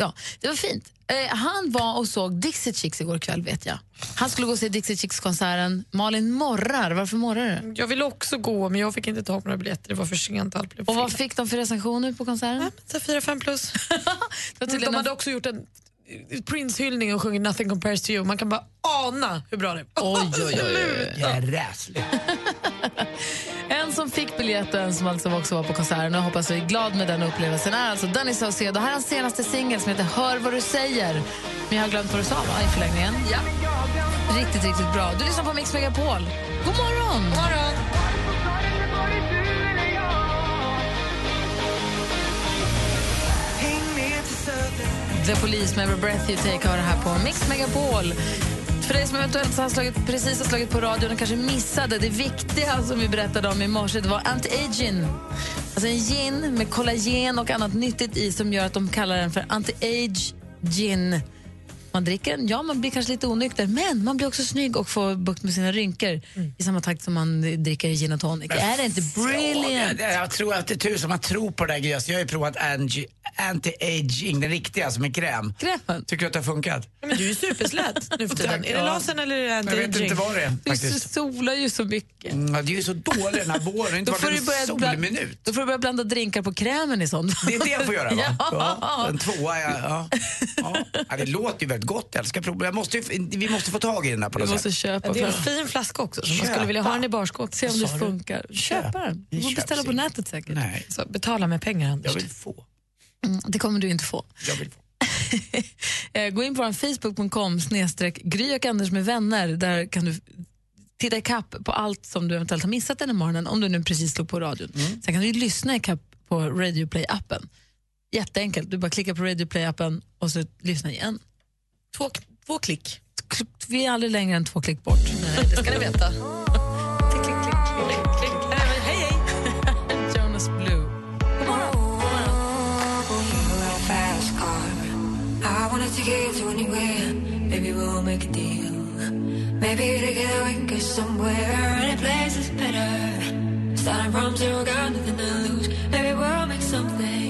Ja, det var fint. Eh, han var och såg Dixie Chicks igår kväll vet jag. Han skulle gå och se Dixie Chicks-konserten. Malin morrar, varför morrar du? Jag ville också gå, men jag fick inte tag på några biljetter. Det var för sent. Allt blev Och vad fick de för recensioner på konserten? Så fyra, fem plus. tydligen de hade också gjort en Prince-hyllning och sjungit Nothing compares to you. Man kan bara ana hur bra det var. Oj, oj, oj, oj. Jag är räslig. En som fick biljetten som alltså också var på konserten och hoppas vi är glad med den upplevelsen är alltså Danny Saucedo. Här är hans senaste singel som heter Hör vad du säger. Men jag har glömt vad du sa va, i förlängningen. Ja. Riktigt, riktigt bra. Du lyssnar på Mix Megapol. God morgon! God morgon. The Police med Every Breath You Take har det här på Mix Megapol. För dig som eventuellt har slagit, precis har slagit på radion och kanske missade det viktiga som vi berättade om i morse, det var anti-aging. Alltså en gin med kollagen och annat nyttigt i som gör att de kallar den för anti-age gin. Man dricker den, ja man blir kanske lite onykter, men man blir också snygg och får bukt med sina rynkor Mm. i samma takt som man dricker gin och tonic. Är det inte brilliant? Jag, jag tror att det är tur som man tror på det där grejen. Jag har ju provat angi- anti-aging, den riktiga som är kräm. Krämen? Tycker du att det har funkat? Men du är ju superslät nu för tiden. Tack, är det ja. lasern eller är det Jag vet inte vad det är Du faktiskt. solar ju så mycket. Mm, ja, det är ju så dåligt den här våren. Det har inte Då får, du varit börja en blanda, solminut. då får du börja blanda drinkar på krämen i sånt fall. Det är det jag får göra va? Ja, Ja. en tvåa, ja. ja. ja. ja det låter ju väldigt gott. Jag älskar prov. Jag måste ju, vi måste få tag i den här på Du något måste sätt. köpa. Det är en fin flaska också. Så man Köpa. skulle vilja ha den i barskåpet. Se om det funkar. Köpa den. Du får köps beställa på nätet säkert. Nej. Så betala med pengar, Anders. Jag vill få. Mm, det kommer du inte få. Jag vill få. Eh, Gå in på vår facebook.com snedstreck Gry och Anders med vänner. Där kan du titta i kapp på allt som du eventuellt har missat den här morgonen om du nu precis slog på radion. Mm. Sen kan du ju lyssna i kapp på Radio Play-appen. Jätteenkelt. Du bara klickar på Radio Play-appen och så lyssna igen. Två, två klick. Vi är aldrig längre än två klick bort. Det ska ni veta. Klick, klick, klick, klick, klick. Nej, men Hej, hej. Jonas Blue. I wanna take it to anywhere. Maybe we'll make a deal. Maybe together we can get somewhere. Any place is better. Starting from zero, got nothing to lose. Maybe we'll make something.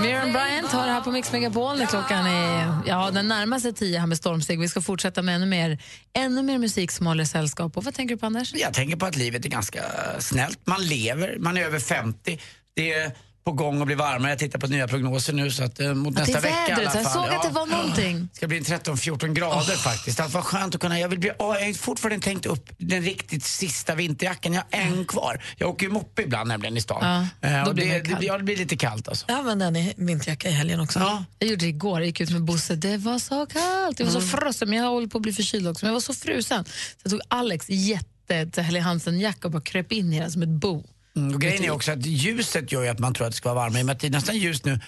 Miriam Bryant har det här på Mix Megapol när klockan är, ja, den närmar sig tio här med stormsteg. Vi ska fortsätta med ännu mer, ännu mer musik som håller sällskap. Och vad tänker du på Anders? Jag tänker på att livet är ganska eh, snällt. Man lever, man är över 50. Det är på gång att bli varmare. Jag tittar på nya prognoser nu så att eh, mot Att det nästa är vecka i alla vädret. fall. Jag såg att det var någonting. Det ska bli en 13-14 grader faktiskt. Att vad skönt att kunna, jag, vill bli, åh, jag har fortfarande inte tänkt upp den riktigt sista vinterjackan. Jag har Mm. en kvar. Jag åker ju moppe ibland nämligen i stan. Ja, Eh, då och blir man det, kall. det, ja, det blir lite kallt alltså. Jag använde en i vinterjacka i helgen också. Jag gjorde det igår, jag gick ut med Bosse. Det var så kallt, det var Mm. så frusen. Men jag håller på att bli förkyld också. Men jag var så frusen. Så jag tog Alex jätte Helly Hansen-jacka och bara kröp in i den som ett bo. Mm, och grejen är också att ljuset gör ju att man tror att det ska vara varmare. I och med att det är nästan ljust nu.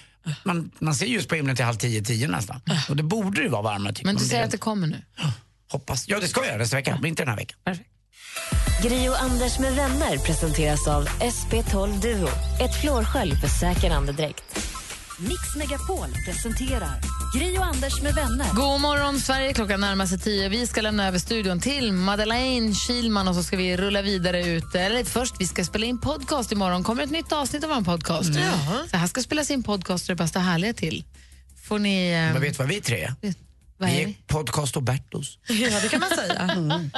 Man, man ser ljus på himlen till halv tio, tio nästan. Och det borde ju vara varmare. tycker Ah. Men du man. säger Det- att det kommer nu? Hoppas. Ja, det ska jag göra nästa vecka, men inte den här veckan. Gry och Anders med vänner presenteras av SP12 Duo. Ett flårskölj för säker andedräkt. Mix Megapol presenterar Gri och Anders med vänner. God morgon, Sverige. Klockan närmar sig tio. Vi ska lämna över studion till Madeleine Kilman och så ska vi rulla vidare ut. Eller först, vi ska spela in podcast imorgon. kommer ett nytt avsnitt av vår podcast. Mm. Så här ska spelas in podcast och det bästa härliga till. Får ni... eh, Men vet du vad vi tre är? vad är vi är vi? podcast och Bertos. Ja, det kan man säga.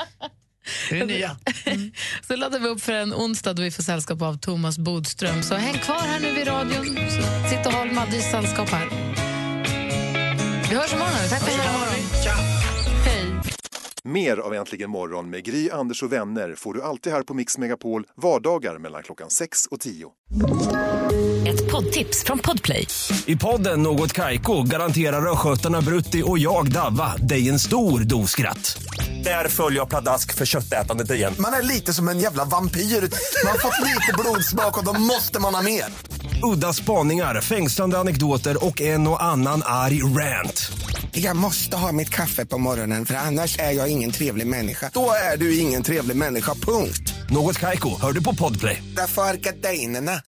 Det är det nya. Så laddar vi upp för en onsdag då vi får sällskap av Thomas Bodström. Så häng kvar här nu vid radion. Så sitt och håll Maddys sällskap här. Vi hörs imorgon. Tack för den här morgonen. Hej. Mer av Äntligen morgon med Gry, Anders och vänner får du alltid här på Mix Megapol vardagar mellan klockan 6 och 10. Ett poddtips från Podplay. I podden Något Kaiko garanterar östgötarna Brutti och jag, Davva, dig en stor dos skratt. Där följer jag pladask för köttätandet igen. Man är lite som en jävla vampyr. Man har fått lite blodsmak och då måste man ha mer. Udda spaningar, fängslande anekdoter och en och annan arg rant. Jag måste ha mitt kaffe på morgonen för annars är jag ingen trevlig människa. Då är du ingen trevlig människa, punkt. Något Kaiko, hör du på podplay. Därför arkadeinerna.